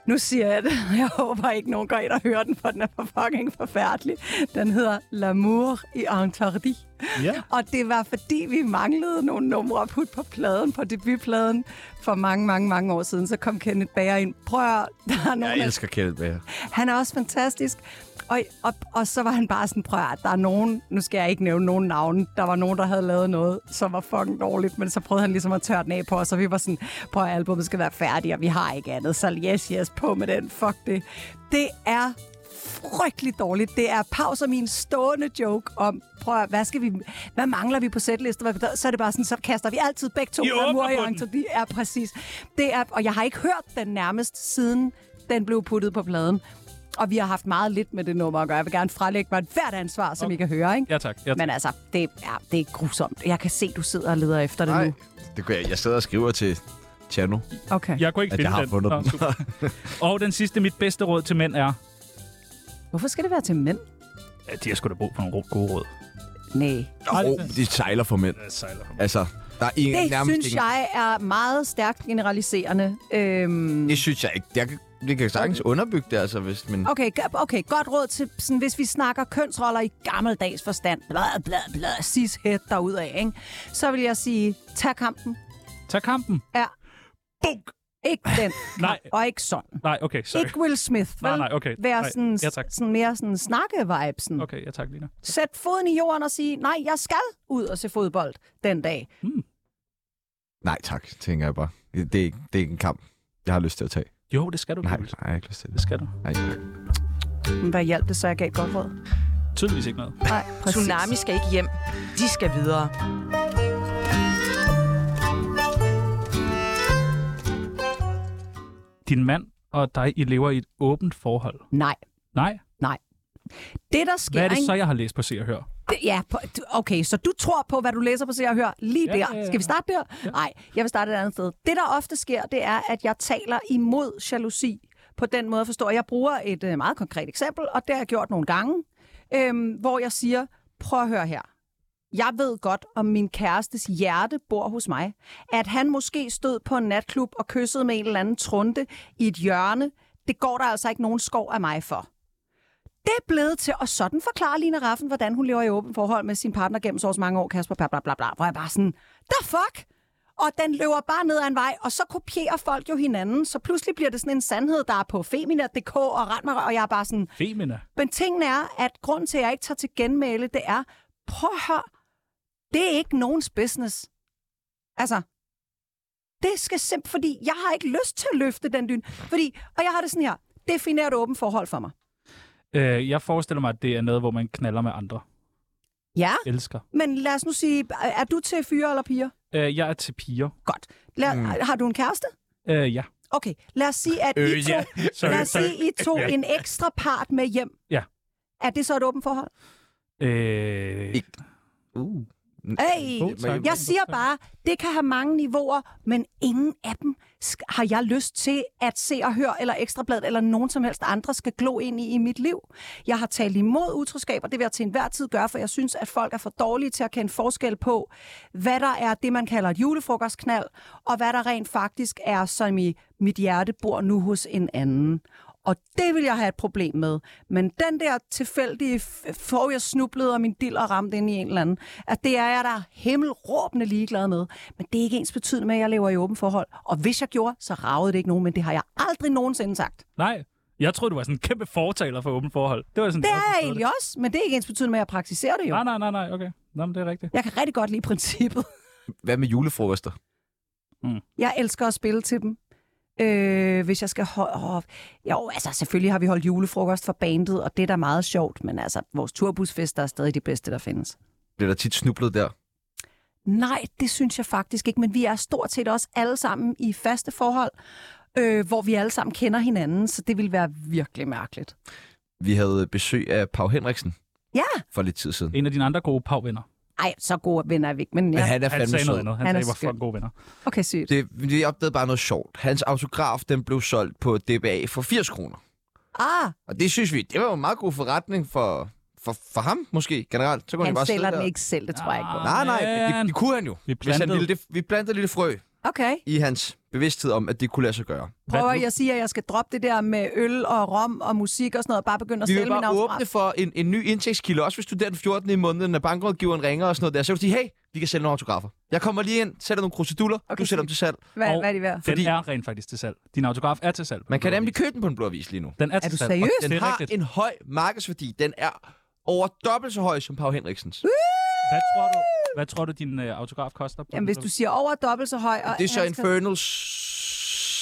S5: Nu siger jeg det, og jeg håber ikke, nogen går ind og hører den, for den er for fucking forfærdelig. Den hedder L'amour i Entardi.
S4: Ja.
S5: Og det var, fordi vi manglede nogle numre at putte på pladen, på debutpladen, for mange, mange, mange år siden. Så kom Kenneth Bager ind. Prøv at høre, der er nogen,
S3: jeg
S5: af-
S3: elsker Kenneth Bager.
S5: han er også fantastisk. Og, og, og så var han bare sådan, prøv at høre, der er nogen, nu skal jeg ikke nævne nogen navne, der var nogen, der havde lavet noget, som var fucking dårligt, men så prøvede han ligesom at tørre den af på os, og vi var sådan, prøv at høre, albumet skal være færdigt, og vi har ikke andet, så yes, yes, på med den, fuck det. Det er frygteligt dårligt. Det er pause min stående joke om, prøv at, høre, hvad, skal vi, hvad mangler vi på sætliste? Hvad- Så er det bare sådan, så kaster vi altid begge to.
S4: I åbner
S5: Glamour i
S4: på den.
S5: Entardi. De er præcis. Det er, og jeg har ikke hørt den nærmest, siden den blev puttet på pladen. Og vi har haft meget lidt med det nummer at gøre. Jeg vil gerne frelægge mig et hvert ansvar, som okay. I kan høre. Ikke?
S4: Ja, tak. Ja, tak.
S5: Men altså, det er, det er grusomt. Jeg kan se, du sidder og leder efter det
S3: Nej,
S5: nu.
S3: det kunne jeg. Jeg sidder og skriver til Tjerno.
S5: Okay.
S4: Jeg kunne ikke
S3: At
S4: finde
S3: jeg har
S4: den.
S3: fundet den.
S4: super. og den sidste, mit bedste råd til mænd er...
S5: Hvorfor skal det være til mænd?
S4: Ja, de har sgu da brug for nogle ro- gode råd.
S5: Nej.
S3: Åh, oh, de sejler for mænd.
S4: Sejler
S3: Altså, der er ingen,
S5: Det
S3: nærmest
S5: synes
S3: ingen...
S5: jeg er meget stærkt generaliserende. Øhm,
S1: Det synes jeg ikke. Jeg kan, det kan sagtens underbygge det, altså, hvis man...
S5: Okay, g- okay, godt råd til, sådan, hvis vi snakker kønsroller i gammeldags forstand, bla bla bla, cis head derudad, ikke? så vil jeg sige, tag kampen.
S4: Tag kampen.
S5: Ja,
S4: Bunk!
S5: Ikke den.
S4: Nej.
S5: Og ikke sådan.
S4: Nej, okay, sorry.
S5: Ikke Will Smith, vel?
S4: Nej, nej, okay.
S5: Være
S4: Nej.
S5: sådan,
S4: Ja, tak.
S5: sådan mere sådan snakke-vibesen. Okay.
S4: Okay, ja tak, Lina.
S5: Sæt foden i jorden og sige, nej, jeg skal ud og se fodbold den dag.
S3: Nej tak, tænker jeg bare. Det er, ikke, det er ikke en kamp, jeg har lyst til at tage.
S4: Jo, det skal du.
S3: Nej, nej,
S4: Jules.
S3: jeg har ikke lyst til det.
S4: Det skal du.
S3: Nej, tak.
S5: Men Hvad hjalp det, så jeg gav et godt råd?
S4: Tydeligvis ikke noget.
S5: Nej, præcis.
S6: Tsunami skal ikke hjem. De skal videre.
S4: Din mand og dig, I lever i et åbent forhold.
S5: Nej.
S4: Nej.
S5: Det, der sker,
S4: Hvad er det
S5: ikke?
S4: så, jeg har læst på Se og Hør?
S5: Det- Ja, på- du- okay, så du tror på, hvad du læser på Se og Hør lige
S4: Ja,
S5: der.
S4: ja, ja.
S5: Skal vi starte der? Nej, jeg vil starte et andet sted. Det, der ofte sker, det er, at jeg taler imod jalousi på den måde, forstår jeg. Jeg bruger et øh, meget konkret eksempel, og det har jeg gjort nogle gange, øhm, hvor jeg siger, prøv at høre her. Jeg ved godt, om min kærestes hjerte bor hos mig. At han måske stod på en natklub og kyssede med en eller anden trunte i et hjørne, det går der altså ikke nogen skov af mig for. Det er blevet til, og sådan forklarer Lina Raffen, hvordan hun lever i åbent forhold med sin partner gennem så mange år, Kasper, bla, bla, bla, bla, hvor jeg bare sådan, the fuck? Og den løber bare ned ad en vej, og så kopierer folk jo hinanden, så pludselig bliver det sådan en sandhed, der er på femina.dk og ret mig, og jeg er bare sådan,
S4: Femina.
S5: men tingen er, at grunden til, at jeg ikke tager til genmæle, det er, prøv at høre, det er ikke nogens business. Altså, det skal simpelthen, fordi jeg har ikke lyst til at løfte den dyn. Fordi, og jeg har det sådan her, definér et åbent forhold for mig.
S4: Øh, jeg forestiller mig, at det er noget, hvor man knaller med andre.
S5: Ja,
S4: Elsker.
S5: men lad os nu sige, er du til fyre eller piger?
S4: Øh, jeg er til piger.
S5: Godt. Lad, mm. Har du en kæreste?
S4: Øh, ja.
S5: Okay, lad os sige, at I to,
S4: Øh, Sorry,
S5: lad os
S4: sorry.
S5: sige, I tog en ekstra part med hjem.
S4: Ja.
S5: Er det så et åbent forhold?
S4: Øh,
S3: Ikke- Uh.
S5: Hey!
S4: god tanke.
S5: Jeg siger bare, det kan have mange niveauer, men ingen af dem sk- har jeg lyst til at se og høre, eller ekstrabladet, eller nogen som helst andre skal glo ind i i mit liv. Jeg har talt imod utroskab, og det vil jeg til enhver tid gøre, for jeg synes, at folk er for dårlige til at kende forskel på, hvad der er det, man kalder et julefrokostknald, og hvad der rent faktisk er, som i mit hjerte bor nu hos en anden. Og det vil jeg have et problem med. Men den der tilfældige, f- får jeg snublet, og min diller ramte ind i en eller anden, at det er jeg der himmelråbende ligeglad med. Men det er ikke ens betydende med, at jeg lever i åben forhold. Og hvis jeg gjorde, så ragede det ikke nogen, men det har jeg aldrig nogensinde sagt.
S4: nej. Jeg troede, du var sådan en kæmpe fortaler for åbent forhold. Det var sådan,
S5: Det
S4: jeg
S5: er jeg
S4: forstod
S5: egentlig også, men det er ikke ens betydende med, at jeg praktiserer det jo.
S4: Nej, nej, nej, nej, okay. Nå, men det er rigtigt.
S5: Jeg kan rigtig godt lide princippet.
S3: Hvad med julefrokoster?
S5: Jeg elsker at spille til dem. Øh, hvis jeg skal holde... Oh, jo, altså selvfølgelig har vi holdt julefrokost for bandet, og det er da meget sjovt, men altså, vores turbusfester er stadig de bedste, der findes.
S3: Bliver der tit snublet der?
S5: Nej, det synes jeg faktisk ikke, men vi er stort set også alle sammen i faste forhold, øh, hvor vi alle sammen kender hinanden, så det ville være virkelig mærkeligt.
S3: Vi havde besøg af Pau Henriksen
S5: Ja,
S3: for lidt tid siden.
S4: En af dine andre gode pavvenner.
S5: ej, så gode venner er vi ikke, men
S3: Men
S5: ja.
S3: han er
S4: Han
S3: fandme
S4: sagde noget
S3: sød.
S4: andet. Han,
S5: Han er
S4: sagde, hvor
S5: skøn.
S4: fucking gode venner.
S5: Okay, sygt.
S3: Det, vi opdagede bare noget sjovt. Hans autograf, den blev solgt på DBA for 80 kroner.
S5: Ah,
S3: Og det synes vi, det var jo en meget god forretning for, for, for ham måske generelt. Så kunne han,
S5: han
S3: bare sidde
S5: sælger
S3: der.
S5: den ikke selv, det tror jeg
S1: Ah.
S5: ikke.
S3: Nej, nej, men det, det kunne han jo.
S4: Vi
S3: Hvis han
S4: plantede-
S3: ville det, vi plantede et lille frø
S5: Okay,
S3: i hans bevidsthed om, at det kunne lade sig gøre.
S5: prøver jeg at sige, at jeg skal droppe det der med øl og rom og musik og sådan noget, og bare begynde at
S3: Vi vil
S5: sælge min
S3: bare
S5: autograf?
S3: åbne for en, en ny indtægtskilde, også hvis du er den 14. i måneden, når bankrådgiveren ringer og sådan noget der. Så kan du sige, hey, vi kan sælge nogle autografer. Jeg kommer lige ind, sætter nogle kruseduller, okay,
S5: Okay,
S3: du sælger dem til salg.
S5: Hvad,
S4: Og-
S5: hvad er de værd?
S4: Fordi...
S3: Fordi-
S4: Den er rent faktisk til salg. Din autograf er til salg. på
S3: Man kan
S4: Blå
S3: nemlig
S4: Avis.
S3: købe den på den blå avis lige nu.
S4: Den er,
S5: Er
S4: til
S5: du
S4: salg.
S5: seriøs?
S4: Det
S3: Den
S4: er
S3: har
S4: rigtigt.
S3: en høj markedsværdi. Den er over dobbelt så høj som Pau Henriksens.
S4: Hvad tror du, hvad tror du din øh, autograf koster? På
S5: Jamen, hvis du siger over dobbelt så høj... Og
S3: Det er så
S5: han skal-
S3: Infernals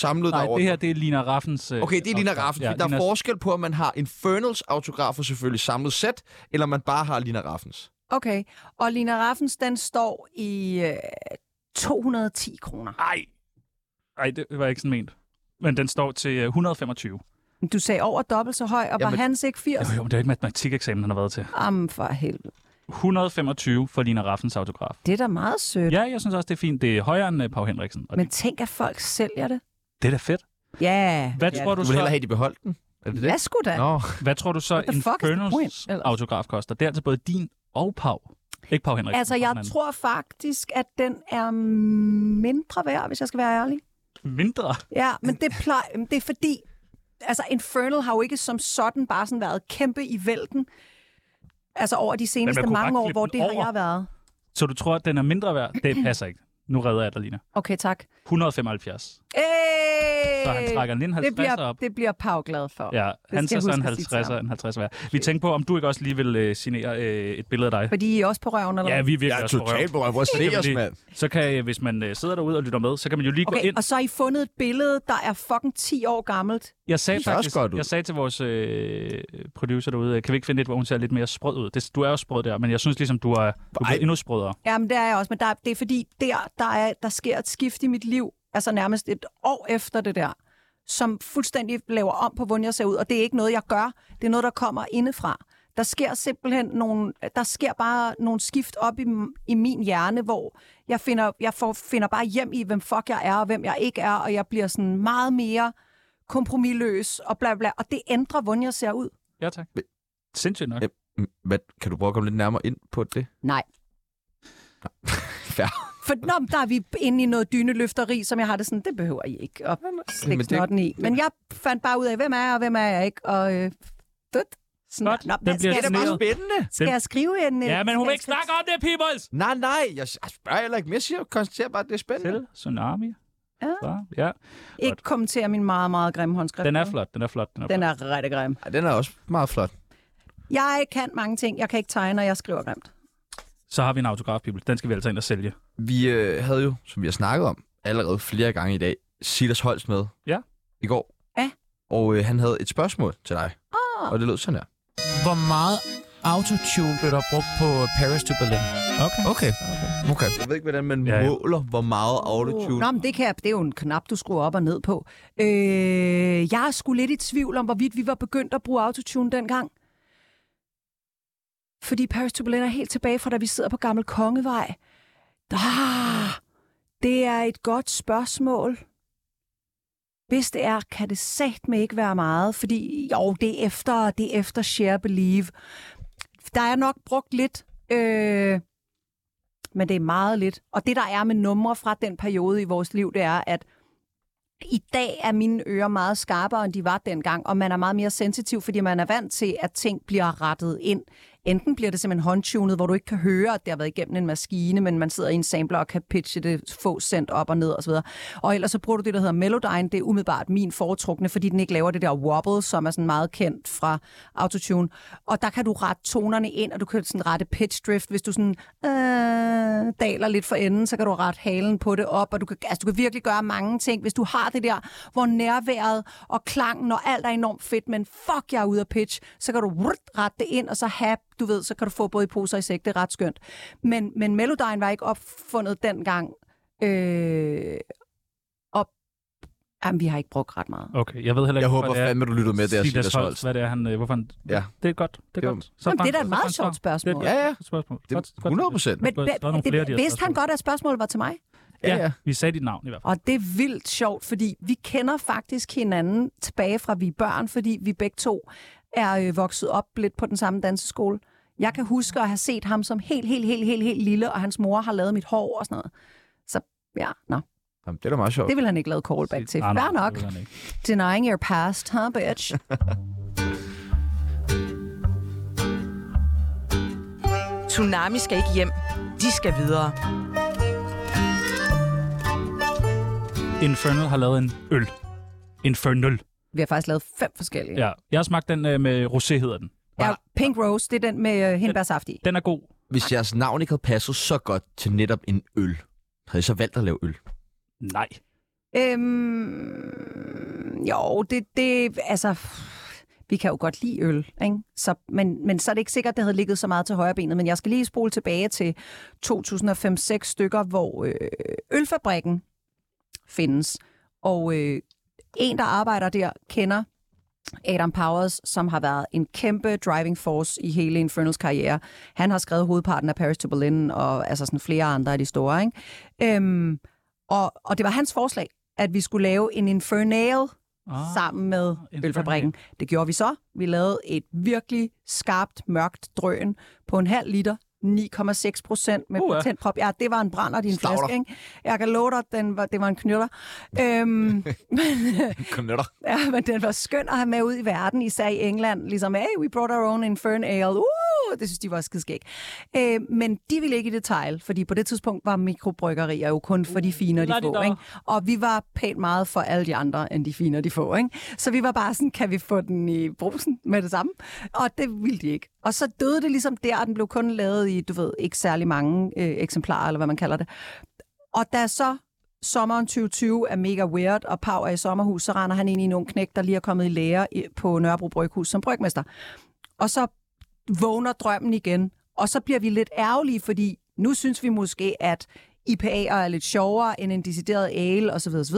S3: samlet
S4: Nej,
S3: derovre.
S4: det her, det er Lina Raffens... Øh,
S3: Okay, det er Lina
S4: autograf.
S3: Raffens. Ja, der er
S4: Linas-
S3: forskel på, om man har Infernals autografer selvfølgelig samlet sæt, eller man bare har Lina Raffens.
S5: Okay, og Lina Raffens, den står i øh, 210 kroner.
S4: Ej. Ej, det var ikke sådan ment. Men den står til øh, 125.
S5: Men Du sagde over dobbelt så høj, og var
S3: Jamen-
S5: hans ikke 80?
S4: Jo, jo, men det er jo ikke matematikeksamen, han har været til.
S5: Jamen for helvede.
S4: 125 for Lina Raffens autograf.
S5: Det er da meget sødt. Ja,
S4: Ja, jeg synes også, det er fint. Det er højere end øh, Pau Henriksen. Og
S5: Men
S4: Men...
S5: tænk, at folk sælger det.
S4: Det er da fedt.
S5: Ja.
S4: Hvad,
S5: ja.
S4: tror du
S3: Du vil hellere
S4: så,
S3: have, de beholdt den? Er det det?
S5: Ja, sgu da.
S3: Nå,
S4: hvad tror du så
S5: What the fuck is the
S4: Infernals
S5: point, ellers?
S4: autograf koster? Det er altså både din og Pau. Ikke Pau Henriksen.
S5: Altså,
S4: Pau
S5: jeg
S4: den anden.
S5: tror faktisk, at den er mindre værd, hvis jeg skal være ærlig.
S4: Mindre.
S5: Ja, men det, plejer, det er fordi... Altså, Infernal har jo ikke som sådan bare sådan været kæmpe i vælten. Altså, over de seneste
S4: kunne bare
S5: mange år,
S4: klippe
S5: hvor
S4: den
S5: det har
S4: over.
S5: jeg været.
S4: Så du tror, at den er mindre værd? Det passer ikke. Nu redder jeg dig, Lina.
S5: Okay, tak.
S4: 175.
S5: Hey!
S4: Så han trækker en lille 50
S5: Øh, det bliver,
S4: op.
S5: Det bliver Pau glad for.
S4: Ja,
S5: skal
S4: han ser
S5: jeg
S4: så en
S5: huske at sige
S4: 50
S5: til
S4: og
S5: ham.
S4: en 50 værd. Vi tænkte på, om du ikke også lige vil øh, signere øh, et billede af dig.
S5: Fordi I er også på røven, eller
S4: Ja,
S5: hvad?
S4: vi er virkelig
S3: jeg er
S4: også på
S3: totalt
S4: røven.
S3: på røv. Hvor
S4: Så kan man
S3: seriøst,
S4: lige-
S3: mand.
S4: Så kan, øh, hvis man øh, sidder derude og lytter med, så kan man jo lige gå
S5: Okay,
S4: ind.
S5: og så har I fundet et billede, der er fucking 10 år gammelt.
S4: Jeg sagde,
S3: Det ser også
S4: faktisk,
S3: godt ud.
S4: jeg sagde til vores øh, producer derude, øh, kan vi ikke finde et, hvor hun ser lidt mere sprød ud? Det, du er jo sprød der, men jeg synes ligesom, du er, du er blevet endnu sprødere.
S5: Jamen, det er jeg også, men der, det er fordi, der, der, er, der sker et skift i mit liv, altså nærmest et år efter det der, som fuldstændig laver om på, hvordan jeg ser ud. Og det er ikke noget, jeg gør. Det er noget, der kommer indefra. Der sker simpelthen nogle, der sker bare nogle skift op i, m- i min hjerne, hvor jeg finder, jeg får, finder bare hjem i, hvem fuck jeg er, og hvem jeg ikke er, og jeg bliver sådan meget mere kompromilløs, og bla bla, og det ændrer, hvordan jeg ser ud.
S4: Ja, tak. Sindssygt nok.
S3: Ja. Hvad, kan du prøve at komme lidt nærmere ind på det?
S5: Nej.
S3: Fair.
S5: For nå, men der er vi inde i noget dyneløfteri, som jeg har det sådan, det behøver I ikke at
S3: Men
S4: altså,
S5: slikke
S3: det-
S5: snotten i. Men jeg fandt bare ud af, hvem er jeg, og hvem er jeg ikke, og øh, dødt. Sådan,
S4: Godt.
S5: nå,
S4: Den
S5: men
S4: bliver
S5: skal, jeg,
S4: sned.
S5: bare,
S3: spændende.
S5: skal
S4: Den-
S5: jeg skrive en... øh,
S4: Ja, men hun
S5: skal
S4: vil
S5: jeg
S4: ikke snakke
S5: skrive-
S4: om det, peoples!
S3: Nej, nej, jeg, jeg spørger heller ikke mere. Jeg siger, konstaterer bare, at det er spændende.
S4: Til Tsunami.
S5: Ja.
S4: Svar. ja.
S5: Ikke kommentere min meget, meget grimme håndskrift.
S4: Den er
S5: nu.
S4: flot, den er flot. Den er
S5: Den
S4: flot.
S5: er rigtig grim.
S3: Ej, den er også meget flot.
S5: Jeg kan mange ting. Jeg kan ikke tegne, og jeg skriver grimt.
S4: Så har vi en autograf, people. Den skal vi altså ind og sælge.
S3: Vi øh, havde jo, som vi har snakket om allerede flere gange i dag, Silas Holst med
S4: Ja.
S3: i går.
S5: Ja.
S3: Og øh, han havde et spørgsmål til dig. Oh. Og det lød sådan her.
S7: Hvor meget autotune blev der brugt på Paris to Berlin?
S4: Okay.
S3: Okay. okay. okay. Jeg ved ikke, hvordan man
S4: Ja, ja.
S3: måler, hvor meget autotune.
S5: Nå, men det, kan jeg, det er jo en knap, du skruer op og ned på. Øh, jeg er sgu lidt i tvivl om, hvorvidt vi var begyndt at bruge autotune dengang. Fordi Paris to Berlin er helt tilbage fra, da vi sidder på Gammel Kongevej. Ah, det er et godt spørgsmål. Hvis det er, kan det sagt med ikke være meget, fordi jo, det er efter, det er efter Share Believe. Der er nok brugt lidt, øh, men det er meget lidt. Og det, der er med numre fra den periode i vores liv, det er, at i dag er mine ører meget skarpere, end de var dengang, og man er meget mere sensitiv, fordi man er vant til, at ting bliver rettet ind. Enten bliver det simpelthen håndtunet, hvor du ikke kan høre, at det har været igennem en maskine, men man sidder i en sampler og kan pitche det få cent op og ned osv. Og ellers så bruger du det, der hedder Melodyne. Det er umiddelbart min foretrukne, fordi den ikke laver det der wobble, som er sådan meget kendt fra autotune. Og der kan du rette tonerne ind, og du kan sådan rette pitch drift. Hvis du sådan øh, daler lidt for enden, så kan du rette halen på det op, og du kan, altså, du kan virkelig gøre mange ting. Hvis du har det der, hvor nærværet og klangen og alt er enormt fedt, men fuck, jeg er ude af pitch, så kan du vrrt rette det ind, og så have, du ved, så kan du få både i poser og i sæk. Det er ret skønt. Men, men Melodyne var ikke opfundet dengang. Øh, og, jamen, vi har ikke brugt ret meget.
S4: Okay, jeg ved heller ikke,
S3: Jeg
S4: hvorfor
S3: håber
S4: det er.
S3: fandme, du lyttede med der,
S4: Silas
S3: Silas
S4: Holst,
S3: Holst.
S4: hvad det er, han... øh, Hvorfor han
S3: Ja.
S4: Det er godt, det er
S3: Jo.
S4: godt. Så
S5: Jamen, det er da
S4: så
S5: et meget
S4: et svar.
S5: sjovt spørgsmål.
S4: Det er
S3: Ja,
S4: et
S3: ja.
S4: spørgsmål.
S3: Det
S4: Godt,
S3: er
S4: godt.
S3: 100 procent.
S5: Men
S4: Der er nogle
S5: hvem-
S4: flere af de her
S5: det, vidste han
S4: spørgsmål.
S5: godt, at spørgsmålet var til mig?
S3: Ja, ja.
S4: Vi sagde dit navn i hvert fald.
S5: Og det er vildt sjovt, fordi vi kender faktisk hinanden tilbage fra vi er børn, fordi vi begge to er øh, vokset op lidt på den samme danseskole. Jeg kan huske at have set ham som helt, helt, helt, helt, helt lille, og hans mor har lavet mit hår og sådan noget. Så ja, nå.
S3: Jamen, det er da meget sjovt.
S5: Det vil han ikke lave callback til.
S4: Nej, nej,
S5: Fair nok.
S4: det ved han ikke.
S5: Denying your past, huh, bitch?
S6: Tsunami skal ikke hjem. De skal videre.
S4: Infernal har lavet en øl. Infernal.
S5: Vi har faktisk lavet fem forskellige.
S4: Ja. Jeg har smagt den øh, med rosé, hedder den.
S5: Ja, Pink Rose, det er den med øh, hindbærsaft i.
S4: Den er god.
S3: Hvis jeres navn ikke havde passet så godt til netop en øl, havde I så valgt at lave øl?
S4: Nej.
S5: Øhm, jo, det, det, altså, vi kan jo godt lide øl, ikke? Så, men, men så er det ikke sikkert, at det havde ligget så meget til højrebenet. Men jeg skal lige spole tilbage til 2005-6 stykker, hvor øh, ølfabrikken findes. Og øh, en, der arbejder der, kender Adam Powers, som har været en kæmpe driving force i hele Infernals karriere. Han har skrevet hovedparten af Paris to Berlin og altså sådan flere andre af de store. Ikke? Øhm, og, og det var hans forslag, at vi skulle lave en Infernal
S4: Ah,
S5: sammen med
S4: en
S5: ølfabrikken. Det gjorde vi så. Vi lavede et virkelig skarpt, mørkt drøn på en halv liter. 9,6 procent med uh,
S4: Uha.
S5: patentprop. Ja, det var en brænder i en
S3: Stavler.
S5: flaske, ikke? Jeg kan love dig, den var, det var en knytter. Øhm,
S3: Knytter.
S5: Ja, men den var skøn at have med ud i verden, især i England. Ligesom, hey, we brought our own Infern Ale. Uh, det synes de var skidskæg. Øh, men de ville ikke i detalj, fordi på det tidspunkt var mikrobryggerier jo kun for de fine og de
S4: la di
S5: få.
S4: da.
S5: Ikke? Og vi var pænt meget for alle de andre, end de fine og de få. Ikke? Så vi var bare sådan, kan vi få den i brusen med det samme? Og det ville de ikke. Og så døde det ligesom der, og den blev kun lavet i, du ved, ikke særlig mange øh, eksemplarer, eller hvad man kalder det. Og da så sommeren 2020 er mega weird, og Pau er i sommerhus, så render han ind i en ung knæk, der lige er kommet i lære i- på Nørrebro Bryghus som brygmester. Og så vågner drømmen igen, og så bliver vi lidt ærgerlige, fordi nu synes vi måske, at IPA'er er lidt sjovere end en decideret ale osv. osv.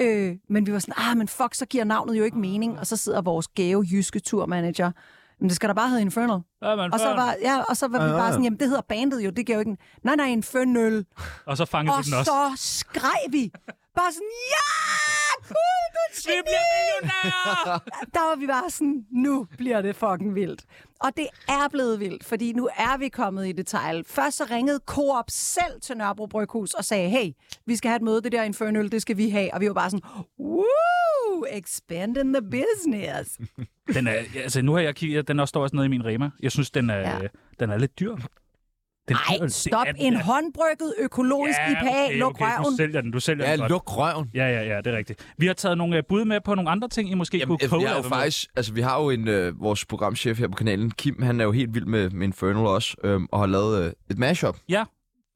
S5: Øh, men vi var sådan, ah, men fuck, så giver navnet jo ikke mening. Og så sidder vores gave jyske turmanager Men det skal da bare hedde Infernal.
S4: Ja, man,
S5: Og så var, ja, og så var vi bare sådan, jamen det hedder bandet jo, det giver jo ikke en... Nej, nej, Infernal.
S4: og så fangede vi
S5: Og
S4: den også.
S5: så skreg vi. Bare sådan, ja! Gud, du er et
S4: Vi bliver millionærer!
S5: der var vi bare sådan, nu bliver det fucking vildt. Og det er blevet vildt, fordi nu er vi kommet i detalj. Først så ringede Coop selv til Nørrebro Bryghus og sagde, hey, vi skal have et møde, det der Infernal, det skal vi have. Og vi var bare sådan, woo, expanding the business.
S4: den er, ja, altså, nu har jeg kigget, den også står også nede i min rema. Jeg synes, den er,
S5: Ja.
S4: ja. den er lidt dyr. Den er dyr.
S5: Ej,
S4: Det
S5: stop,
S4: er den
S5: en
S4: da.
S5: håndbrygget økologisk
S4: Ja,
S5: IPA, luk
S4: Du
S5: røven.
S4: sælger den, du sælger
S3: Ja,
S4: den godt.
S3: luk røven.
S4: Ja, ja, ja, det er rigtigt. Vi har taget nogle øh, bud med på nogle andre ting, I måske
S1: Jamen,
S4: kunne
S1: jeg er jo
S4: co-lave med.
S1: faktisk, altså vi har jo en, øh, vores programchef her på kanalen, Kim, han er jo helt vild med, med Infernal også, øhm, og har lavet øh, et mashup.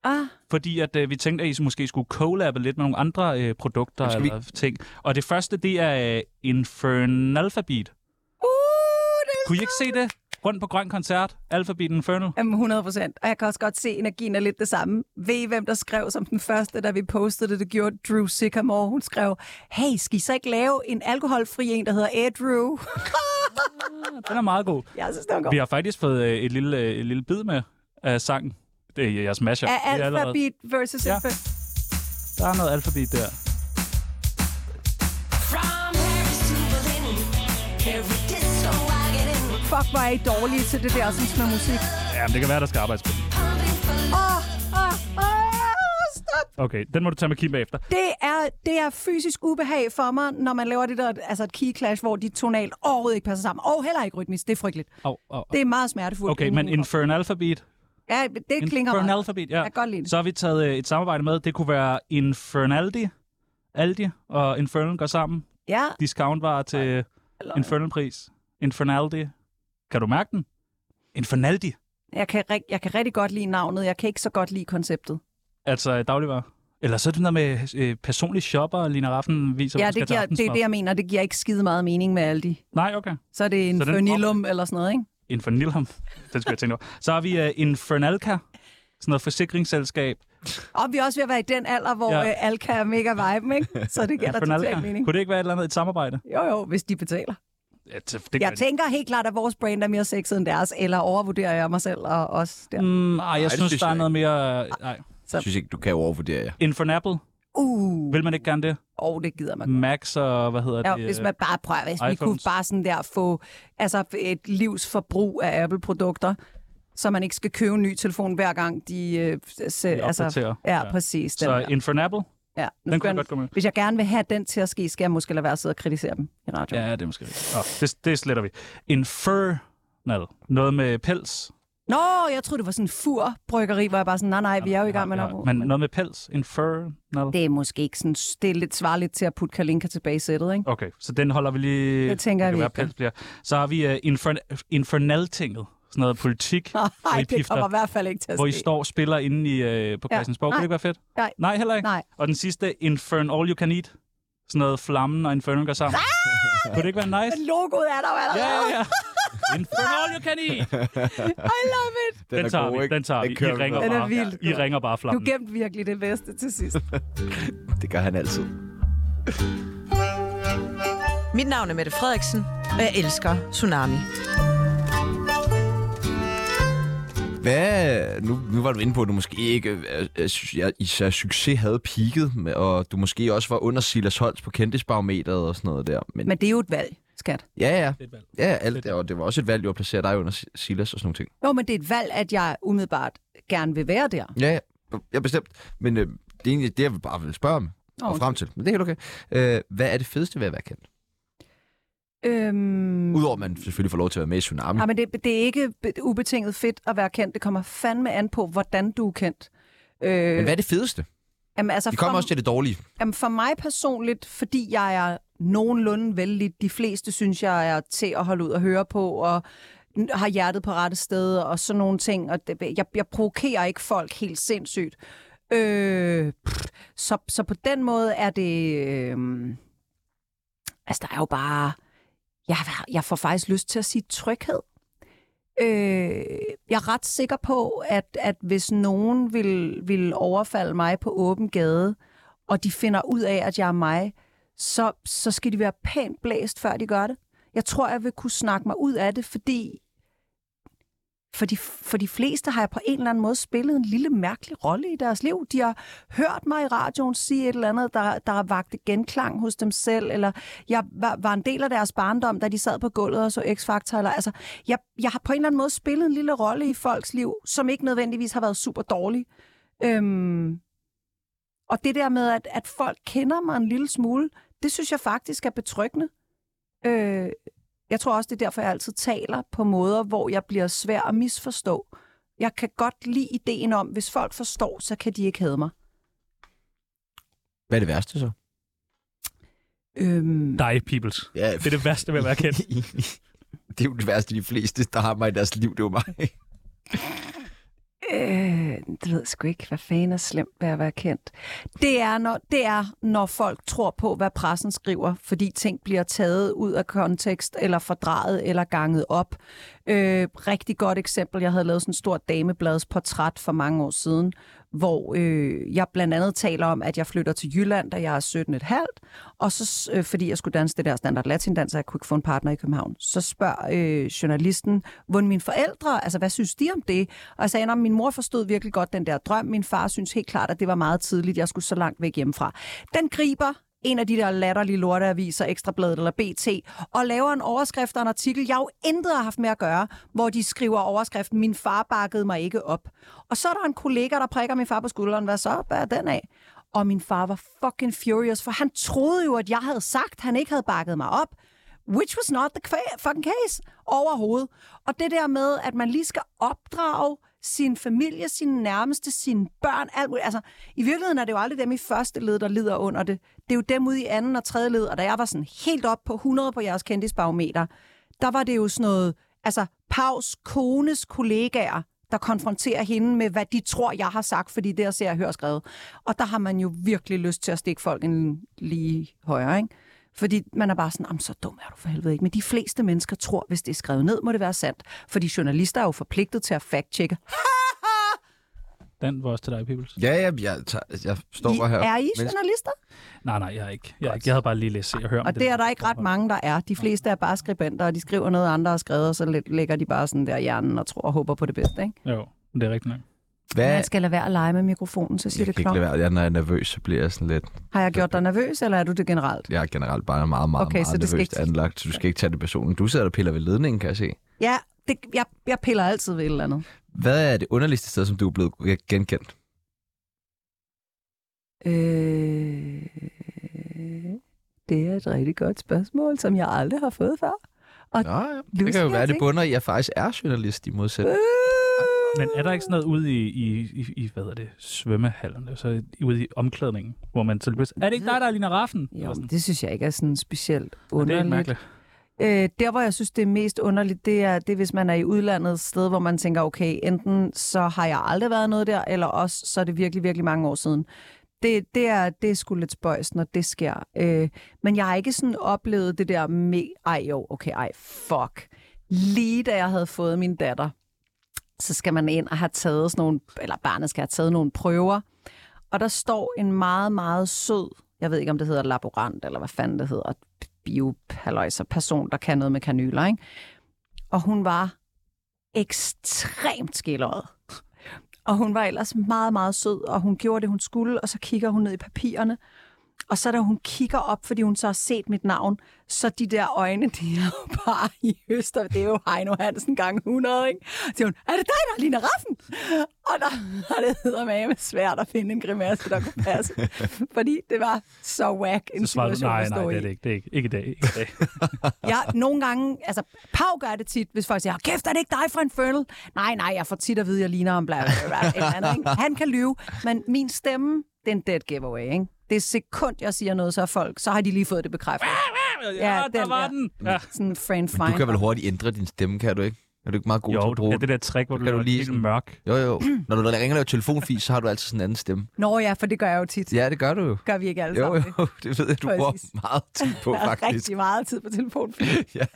S5: Ah,
S4: fordi at øh, vi tænkte, at I måske skulle collabe lidt med nogle andre øh, produkter
S1: Skal vi-
S4: eller ting. Og det første, det er øh,
S5: uh,
S4: Infernalphabet.
S5: det
S4: Kunne I ikke se det? Rundt på Grøn Koncert, Alphabet Infernal.
S5: Jamen, 100 procent. Og jeg kan også godt se, at energien er lidt det samme. Ved I, hvem der skrev som den første, da vi postede det? Det gjorde Drew Sycamore. Hun skrev, hey, skal I så ikke lave en alkoholfri en, der hedder Edrew?
S4: Den er meget god.
S5: jeg synes, det var
S4: Vi
S5: godt.
S4: har faktisk fået øh, et, lille, øh, et lille bid med af sangen. Det er jeres mashup.
S5: Er
S4: Det er allerede-
S5: alfabet versus
S4: Ja.
S5: ja.
S4: Der er noget alfabet der.
S5: Fuck, hvor er I dårlige til det der, sådan med musik.
S4: Jamen, det kan være, der skal arbejdes på den.
S5: Åh, åh, åh, stop.
S4: Okay, den må du tage med Kim bagefter.
S5: Det er, det er fysisk ubehag for mig, når man laver det der, altså et key clash, hvor de tonalt overhovedet ikke passer sammen. Og heller ikke rytmisk. Det er frygteligt.
S4: Oh, oh.
S5: Det er meget smertefuldt.
S4: Okay, men Infernalphabet.
S5: Ja, det klinger meget.
S4: Infernalphabet, ja.
S5: Jeg kan godt lide det.
S4: Så har vi taget øh, et samarbejde med. Det kunne være Infernaldi. Aldi og Infernal går sammen.
S5: Ja,
S4: Discountvarer til Infernal-pris. Infernaldi. Kan du mærke den? Infernaldi.
S5: Jeg kan, rig- jeg kan rigtig godt lide navnet, jeg kan ikke så godt lide konceptet.
S4: Altså øh, dagligvarer. Eller så er det noget med øh, personlig shopper, Lina Raffen viser,
S5: ja,
S4: hvor du
S5: det,
S4: skal
S5: giver,
S4: til
S5: det er det, jeg mener. Det giver ikke skide meget mening med Aldi.
S4: aftensmad. Nej, okay.
S5: Så er det en
S4: Så den-
S5: fernilum eller sådan noget, ikke?
S4: Infernilham. Den skulle jeg tænke over. Så har vi øh, Infernalka. Sådan noget forsikringsselskab.
S5: Og vi er også ved at være i den alder, hvor
S4: Ja.
S5: ja. øh, Alka er mega vibe, ikke? Så det giver da
S4: Infernalka.
S5: totalt mening.
S4: Kunne det ikke være et eller andet et samarbejde?
S5: Jo, jo, hvis de betaler.
S4: Ja, det, det
S5: Jeg tænker helt klart, at vores brand er mere sexet end deres, eller overvurderer jeg mig selv og os der.
S4: Mm, ej, jeg
S1: det
S4: synes,
S1: synes
S4: der er
S1: jeg
S4: noget mere... Nej.
S1: Jeg synes ikke, du kan overvurdere jer.
S4: Infernapple.
S5: Uh,
S4: Vil man ikke gerne det?
S5: og oh, det gider man
S4: Max og hvad hedder
S5: Ja,
S4: det?
S5: hvis man bare prøver, hvis vi kunne
S4: øh, iPhones.
S5: bare sådan der få altså et livs forbrug af Apple-produkter, så man ikke skal købe en ny telefon hver gang, de, øh, se,
S4: opdaterer.
S5: altså, ja,
S4: Ja.
S5: ja, præcis. Den
S4: Så
S5: der.
S4: Infernapple.
S5: ja.
S4: den
S5: Nu
S4: kunne
S5: skal
S4: jeg godt gå med.
S5: Hvis jeg gerne vil have den til at ske, skal jeg måske lade være at sidde og kritisere dem i radioen.
S4: Ja, det er måske rigtigt. Oh, det, det sletter vi. Infernal. Noget med pels.
S5: Nå, jeg troede, det var sådan en furbryggeri, hvor jeg bare sådan, nej, nej, vi er jo i gang med
S4: ja,
S5: noget.
S4: Men noget med pels. Infernal.
S5: Det er måske ikke sådan, det er lidt svarligt til at putte Kalinka tilbage i sættet, ikke?
S4: Okay, så den holder vi lige...
S5: Det tænker
S4: det kan
S5: vi
S4: være,
S5: ikke.
S4: pels bliver. Så har vi uh, infern- Infernal-tinget. Sådan noget politik. hvor I
S5: Nej, det
S4: pifter-
S5: kommer i hvert fald ikke til at
S4: hvor I
S5: ske.
S4: står og spiller inde i, øh, på
S5: Ja.
S4: Christiansborg. Ja. Kunne det
S5: Nej.
S4: ikke være fedt?
S5: Nej.
S4: Nej, heller ikke?
S5: Nej.
S4: Og den sidste, Infern All You Can Eat. Sådan noget flammen og Infernal går sammen.
S5: Ah!
S4: Kunne det ikke være nice?
S5: Men logoet er der jo
S4: Ja,
S5: allerede.
S4: ja, ja. Infern All You Can Eat. Den,
S5: I love it.
S4: den tager vi, den tager vi. I
S1: kører
S4: ringer
S1: med.
S5: Den er
S4: bare.
S5: vild.
S4: I ringer bare
S5: Du
S4: flammen.
S5: gemte virkelig det bedste til sidst.
S1: Det gør han altid.
S6: Mit navn er Mette Frederiksen, og jeg elsker Tsunami.
S1: Hvad, nu, nu var du inde på, at du måske ikke øh, øh, synes, jeg, især succes havde peaked, med- og du måske også var under Silas Holst på kendtisbarometeret og sådan noget der. Men,
S5: Men det er jo et valg, skat.
S1: ja, ja.
S4: er et valg.
S1: Ja, alt det, og det var også et valg, du at placere dig under Si- Silas og sådan nogle ting.
S5: Jo, men det er et valg, at jeg umiddelbart gerne vil være der.
S1: Ja, ja, ja bestemt. Men øh, det er egentlig det, jeg bare vil spørge om og frem til. Men det er helt okay. Øh, hvad er det fedeste ved at være kendt?
S5: Øhm,
S1: Udover at man selvfølgelig får lov til at være med i Tsunami.
S5: ja, men det, det er ikke be- ubetinget fedt at være kendt. Det kommer fandme an på, hvordan du er kendt. Øh,
S1: Men hvad er det fedeste?
S5: jamen, altså,
S1: Vi kommer
S5: for,
S1: også til det dårlige.
S5: jamen, for mig personligt, fordi jeg er nogenlunde vældig, de fleste synes, jeg er til at holde ud og høre på, og n- har hjertet på rette sted, og sådan nogle ting. Og det, jeg, jeg provokerer ikke folk helt sindssygt. Øh, pff, så, så på den måde er det... Øh, Altså, der er jo bare... Jeg, jeg får faktisk lyst til at sige tryghed. Øh, jeg er ret sikker på, at, at hvis nogen vil, vil overfalde mig på åben gade, og de finder ud af, at jeg er mig, så, så skal de være pænt blæst, før de gør det. Jeg tror, jeg vil kunne snakke mig ud af det, fordi For de, for de fleste har jeg på en eller anden måde spillet en lille mærkelig rolle i deres liv. De har hørt mig i radioen sige et eller andet, der, der har vagt genklang hos dem selv, eller jeg var, var en del af deres barndom, da de sad på gulvet og så X-Factor. Eller, altså, jeg, jeg har på en eller anden måde spillet en lille rolle i folks liv, som ikke nødvendigvis har været super dårlig. Øhm, og det der med, at, at folk kender mig en lille smule, det synes jeg faktisk er betryggende. Øh, jeg tror også, det er derfor, jeg altid taler på måder, hvor jeg bliver svær at misforstå. Jeg kan godt lide ideen om, hvis folk forstår, så kan de ikke hade mig.
S3: Hvad er det værste så?
S5: Øhm,
S4: Dig, peoples.
S3: Ja,
S4: Det er det værste ved at være kendt.
S3: det er jo det værste, de fleste, der har mig i deres liv, det er jo mig.
S5: øh, det ved jeg sgu ikke, hvad fanden er slemt ved at være kendt. Det er, når, det er, når folk tror på, hvad pressen skriver, fordi ting bliver taget ud af kontekst, eller fordrejet, eller ganget op. Øh, rigtig godt eksempel, jeg havde lavet sådan en stor damebladsportræt for mange år siden, hvor øh, jeg blandt andet taler om, at jeg flytter til Jylland, da jeg er 17 et halvt, og så, s- øh, fordi jeg skulle danse det der standard latindans, og jeg kunne ikke få en partner i København, så spørger øh, journalisten, hvordan mine forældre, altså hvad synes de om det? Og jeg sagde, at min mor forstod virkelig godt den der drøm, min far synes helt klart, at det var meget tidligt, jeg skulle så langt væk hjemmefra. Den griber en af de der latterlige lorteaviser, Ekstrabladet eller BT, og laver en overskrift og en artikel, jeg jo intet har haft med at gøre, hvor de skriver overskriften, min far bakkede mig ikke op. Og så er der en kollega, der prikker min far på skulderen, hvad så, hvad er den af? Og min far var fucking furious, for han troede jo, at jeg havde sagt, han ikke havde bakket mig op. Which was not the qua- fucking case overhovedet. Og det der med, at man lige skal opdrage sin familie, sine nærmeste, sine børn, alt muligt. Altså, i virkeligheden er det jo aldrig dem i første led, der lider under det. Det er jo dem ude i anden og tredje led, og da jeg var sådan helt op på 100 på jeres kendisbarometer, der var det jo sådan noget, altså Pavs kones kollegaer, der konfronterer hende med, hvad de tror, jeg har sagt, fordi det er ser jeg hører skrevet. Og der har man jo virkelig lyst til at stikke folk en lige højere, ikke? Fordi man er bare sådan, "Jamen, så dum er du for helvede ikke. Men de fleste mennesker tror, hvis det er skrevet ned, må det være sandt. Fordi journalister er jo forpligtet til at fact-tjekke.
S4: Den var også til dig, peoples.
S3: ja, ja, jeg, tager, altså, jeg står
S5: I,
S3: her.
S5: er I
S3: mens-
S5: journalister?
S4: Nej, nej, jeg er ikke. Jeg, er ikke. jeg havde bare lige læst se og høre om
S5: Og det er der ikke ret
S4: meget.
S5: mange, der er. De fleste er bare skribenter, og de skriver noget, andre har skrevet, og så læ- lægger de bare sådan der i hjernen og tror og håber på det bedste. Ikke?
S4: Jo, det er rigtigt nok.
S3: Hvad?
S5: Man skal lade være at lege med mikrofonen, så siger
S3: Jeg
S5: det
S3: kan ikke lade
S5: klart.
S3: være. Jeg, når jeg er nervøs, så bliver jeg sådan lidt...
S5: Har jeg gjort dig nervøs, eller er du det generelt?
S3: Jeg er generelt bare meget, meget,
S5: Okay,
S3: meget
S5: så det skal
S3: nervøst
S5: ikke-
S3: anlagt, så du skal ikke tage det personligt. Du sidder og piller ved ledningen, kan jeg se.
S5: Ja, det, jeg, jeg piller altid ved et eller andet.
S3: Hvad er det underligste sted, som du er blevet genkendt?
S5: Øh, det er et rigtig godt spørgsmål, som jeg aldrig har fået før. Og
S3: Nå, ja. Det
S5: Lucy,
S3: kan jo være,
S5: jeg
S3: det
S5: tænker-
S3: bunder i, at jeg faktisk er journalist i modsætning.
S5: Øh.
S4: Men er der ikke sådan noget ude i, i, i, i hvad hedder det, svømmehallerne, så ude i omklædningen, hvor man så lige pludselig, er det ikke dig, der er Lina Raffen? Eller
S5: Jo,
S4: sådan.
S5: men det synes jeg ikke er sådan specielt
S4: Men det er
S5: underligt.
S4: ikke mærkeligt.
S5: Øh, der, hvor jeg synes, det er mest underligt, det er, det er, hvis man er i udlandet et sted, hvor man tænker, okay, enten så har jeg aldrig været noget der, eller også så er det virkelig, virkelig mange år siden. Det, det, er, det er sgu lidt spøjs, når det sker. Øh, men jeg har ikke sådan oplevet det der med, ej jo, okay, ej, fuck. Lige da jeg havde fået min datter, så skal man ind og have taget sådan nogle, eller barnet skal have taget nogle prøver. Og der står en meget, meget sød, jeg ved ikke om det hedder laborant, eller hvad fanden det hedder, biopaløjser, person, der kan noget med kanyler, ikke? Og hun var ekstremt skilleret. Og hun var ellers meget, meget sød, og hun gjorde det, hun skulle, og så kigger hun ned i papirerne. Og så da hun kigger op, fordi hun så har set mit navn, så de der øjne, de er jo bare i øst, og det er jo Heino Hansen gang 100, ikke? Så siger hun, er det dig, der er Lina Raffen? Og der har det hedder med svært at finde en grimasse, der kunne passe. fordi det var så whack en
S4: Så svarer du,
S5: situation
S4: nej,
S5: at stå
S4: nej, det
S5: i.
S4: er det ikke. Det er ikke, ikke i dag. Ikke i dag.
S5: Jeg, nogle gange, altså, Pau gør det tit, hvis folk siger, kæft, er det ikke dig fra Infernal? Nej, nej, jeg får tit at vide, jeg ligner om bla, bla, bla, bla, et eller andet, ikke? Han kan lyve, men min stemme, det er en dead giveaway, ikke? Det er sekund, jeg siger noget, så er folk, så har de lige fået det bekræftet.
S4: ja,
S5: Ja,
S4: der
S5: den
S4: var
S5: der.
S4: den. Ja.
S5: Sådan en friend finder.
S3: Du kan vel hurtigt ændre din stemme, kan du ikke? Er du ikke meget god til
S4: Jo,
S3: at
S4: du
S3: bruge
S4: kan det der trick, hvor
S3: Så
S4: du
S3: kan du
S4: laver
S3: lige
S4: lige
S3: sådan-
S4: helt mørk.
S3: Jo, jo. Når du ringer og laver telefonfis, så har du altid sådan en anden stemme.
S5: Nå ja, for det gør jeg jo tit.
S3: Ja, det gør du jo.
S5: Gør vi ikke alle
S3: Jo,
S5: sammen det?
S3: jo. Det ved jeg, du
S5: Præcis.
S3: bruger meget tid på,
S5: Jeg har
S3: faktisk.
S5: rigtig meget tid på telefonen.
S3: Ja.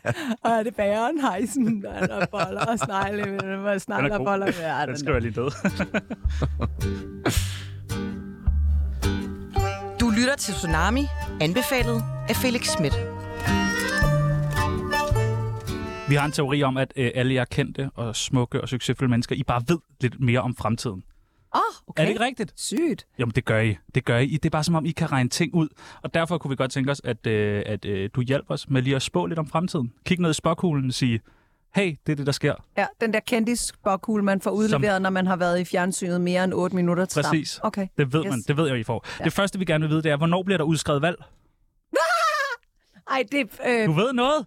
S5: Og er det bageren, hejsen, der er der boller og snegle, og
S4: Den er
S5: snegle
S4: god.
S5: boller. Ja, den
S4: Den
S5: er-
S4: skal jeg lige ned.
S6: Du lytter til Tsunami, anbefalet af Felix Schmidt.
S4: Vi har en teori om, at øh, alle jer kendte og smukke og succesfulde mennesker, I bare ved lidt mere om fremtiden.
S5: Åh, oh, okay.
S4: Er det ikke rigtigt?
S5: Sygt.
S4: Jamen, det gør I. Det gør I. Det er bare som om, I kan regne ting ud. Og derfor kunne vi godt tænke os, at, øh, at øh, du hjælper os med lige at spå lidt om fremtiden. Kig ned i spåkuglen og sige, hey, det er det, der sker.
S5: Ja, den der kendis-bokkugle, man får udleveret, Som... når man har været i fjernsynet mere end 8 minutter til stam.
S4: Præcis.
S5: Okay.
S4: Det ved
S5: Yes.
S4: yes. man. Det ved jeg, I får. Ja. Det første, vi gerne vil vide, det er, hvornår bliver der udskrevet valg?
S5: Ej, det... Øh,
S4: Du ved noget?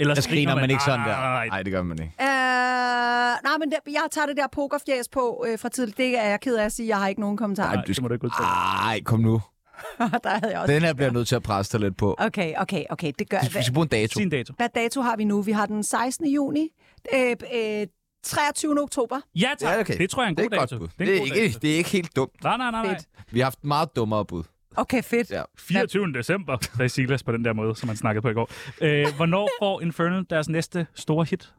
S4: Eller
S3: Jeg griner man ikke sådan der.
S4: Nej,
S3: Nej, det gør man ikke.
S5: øh, nej, men det, jeg tager det der pokerfjæs på øh, fra tidligt. Det er jeg ked af at sige. Jeg har ikke nogen kommentarer.
S4: nej, det må du ikke
S3: Ah,
S4: udtale.
S3: Ej, kom nu.
S5: der havde jeg også.
S3: Den her bliver jeg nødt til at presse dig lidt på.
S5: Okay, okay, okay. Det gør...
S3: Vi
S5: Hvad,
S3: skal bruge en dato.
S4: Sin dato.
S5: hvad dato har vi nu? Vi har den 16. juni. Øh, øh, 23. oktober.
S4: Ja, tak.
S3: Ja, okay.
S4: Det tror jeg er en
S3: Det er
S4: god
S3: et godt
S4: dato.
S3: bud.
S4: en
S3: Det er
S4: god
S3: ikke-
S4: dato.
S3: det er ikke helt dumt.
S4: Nej, nej, nej, nej.
S5: Fedt.
S3: Vi har haft meget dummere bud.
S5: Okay, fedt.
S3: Ja.
S4: 24. december, sagde Silas på den der måde, som han snakkede på i går. Øh, hvornår får Infernal deres næste store hit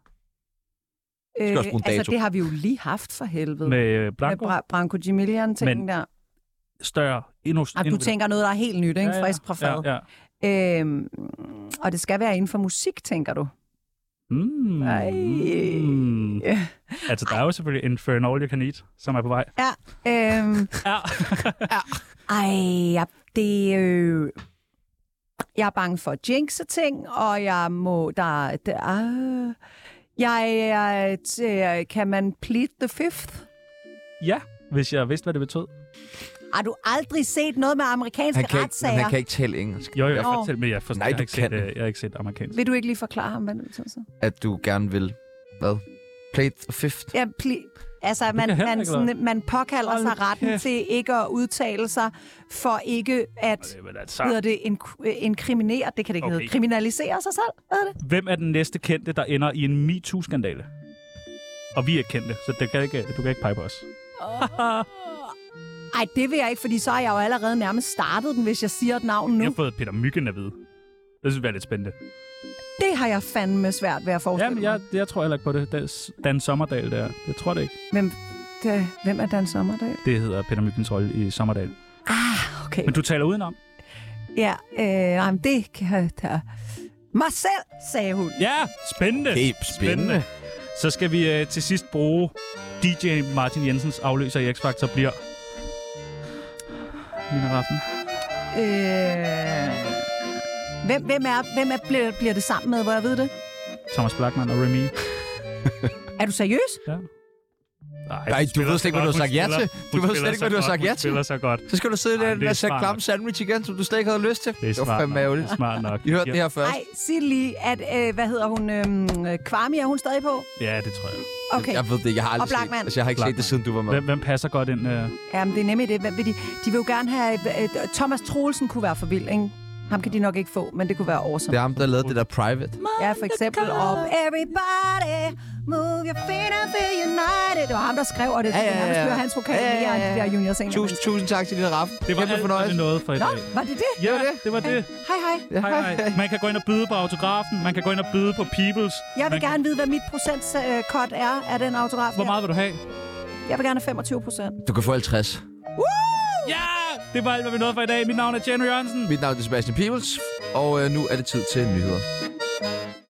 S5: Øh,
S3: også bruge en
S5: altså,
S3: dato.
S5: det har vi jo lige haft for helvede.
S4: med øh, Blanco?
S5: Med Bra- Branko Gimillian-tingen
S4: Men-
S5: der.
S4: Større, endnu
S5: Ej, du tænker noget, der er helt nyt, ikke? Ja, ja. Frisk fra fad.
S4: Ja, ja.
S5: ja. Øhm, og det skal være inden for musik, tænker du?
S4: Mm.
S5: Ej.
S4: Mm. Altså, der er jo selvfølgelig Infernal All You Can Eat, som er på vej.
S5: Ja. Øhm,
S4: Ja.
S5: ej, ja, det... Øh, jeg er bange for at jinxe ting, og jeg må... Der, der, øh, jeg er... T- øh, kan man plead the fifth?
S4: ja, hvis jeg vidste, hvad det betød.
S5: Har du aldrig set noget med amerikanske
S3: Han kan, ikke,
S5: retssager?
S3: han kan ikke tale engelsk.
S4: Jo, jo, jeg
S5: Nå.
S4: fortæl, men jeg, forstår,
S3: Nej,
S4: jeg, har
S3: du
S4: ikke set,
S3: kan.
S4: øh, jeg har ikke set amerikansk.
S5: Vil du ikke lige forklare ham, hvad det betyder så?
S3: At du gerne vil... Hvad? Play the fifth.
S5: Ja, pli- altså, man,
S4: kan heller
S5: man,
S4: ikke
S5: sådan, man påkalder
S4: Hold
S5: sig retten
S4: kæft.
S5: til ikke at udtale sig, for ikke at
S4: Øh, men
S5: hedder
S4: altså,
S5: det inkriminere, inkriminere, det kan det ikke okay.
S4: Okay.
S5: hedde, kriminalisere sig selv, hvad er det?
S4: hvem er den næste kendte, der ender i en MeToo-skandale? Og vi er ikke kendte, så det kan ikke, du kan ikke pege på os.
S5: Ej, det vil jeg ikke, fordi så har jeg jo allerede nærmest startet den, hvis jeg siger et navn nu.
S4: Jeg har fået Peter Myggen at vide. Det synes jeg er lidt spændende.
S5: Det har jeg fandme svært ved at forestille
S4: Jamen,
S5: mig.
S4: jeg, jeg tror heller ikke på det. det er Dan Sommerdal der. Jeg tror det ikke.
S5: Hvem, det, hvem er Dan Sommerdal?
S4: Det hedder Peter Myggens rolle i Sommerdal.
S5: Okay,
S4: Men du taler udenom.
S5: ja, øh, nej, men det kan jeg da. Mig selv, sagde hun.
S4: Ja, spændende.
S3: Okay, spændende.
S4: Så skal vi øh, til sidst bruge DJ Martin Jensens afløser i X-Factor bliver... Mina Raffen.
S5: Øh, hvem, hvem, er, hvem er, bliver, bliver det sammen med, hvor jeg ved det?
S4: Thomas Blackman og Remy.
S5: Er du seriøs?
S4: Ja. Nej,
S3: du ved slet ikke, hvad du har sagt ja til. Du ved slet ikke, hvad du har sagt ja til.
S4: Hun spiller så godt.
S3: Så skal du sidde
S4: Ej, det
S3: der
S4: er
S3: og sætte
S4: smart
S3: klamme
S4: nok.
S3: sandwich igen, som du slet ikke havde lyst til.
S4: Det er
S3: var
S4: smart
S3: fandme
S4: nok.
S3: ærgerligt.
S4: Det er smart nok.
S3: I hørte det her først.
S5: Nej, sig lige, at, øh, hvad hedder hun, øh, Kvarmi, er hun stadig på?
S4: Ja, det tror jeg.
S5: Okay,
S3: Jeg ved det, jeg har aldrig set,
S5: Blachman.
S3: altså, jeg har ikke set det,
S4: Blachman.
S3: siden du var med.
S4: Hvem, hvem passer godt ind? Øh?
S5: Jamen, det er nemlig det. Hvem vil de, de vil jo gerne have... Øh, Thomas Troelsen kunne være for vild, ikke? Ham kan de nok ikke få, men det kunne være
S3: Det
S5: awesome.
S3: er ham, der lavede det der private.
S5: Ja, for eksempel op. Everybody, move your feet and be united. Det var ham, der skrev, og det ja, ja, ja. hans vokal ja, ja, ja. mere end de der junior senior.
S3: Tusind, tusind tak til din raff.
S4: Det var alt, hvad vi nåede for i
S5: Nå,
S4: dag.
S5: var det det?
S4: Ja, det var det.
S5: Hej, hej.
S4: Hej, hej. Man kan gå ind og byde på autografen. Man kan gå ind og byde på Peoples.
S5: Jeg vil
S4: man
S5: gerne vide, hvad mit procentkort er af den autograf.
S4: Hvor
S5: her.
S4: meget vil du have?
S5: Jeg vil gerne have 25 procent.
S3: Du kan få 50.
S4: Ja! Det var alt, hvad vi nåede for i dag. Mit navn er Jenny Jørgensen.
S3: Mit navn er Sebastian Peebles, og øh, nu er det tid til nyheder.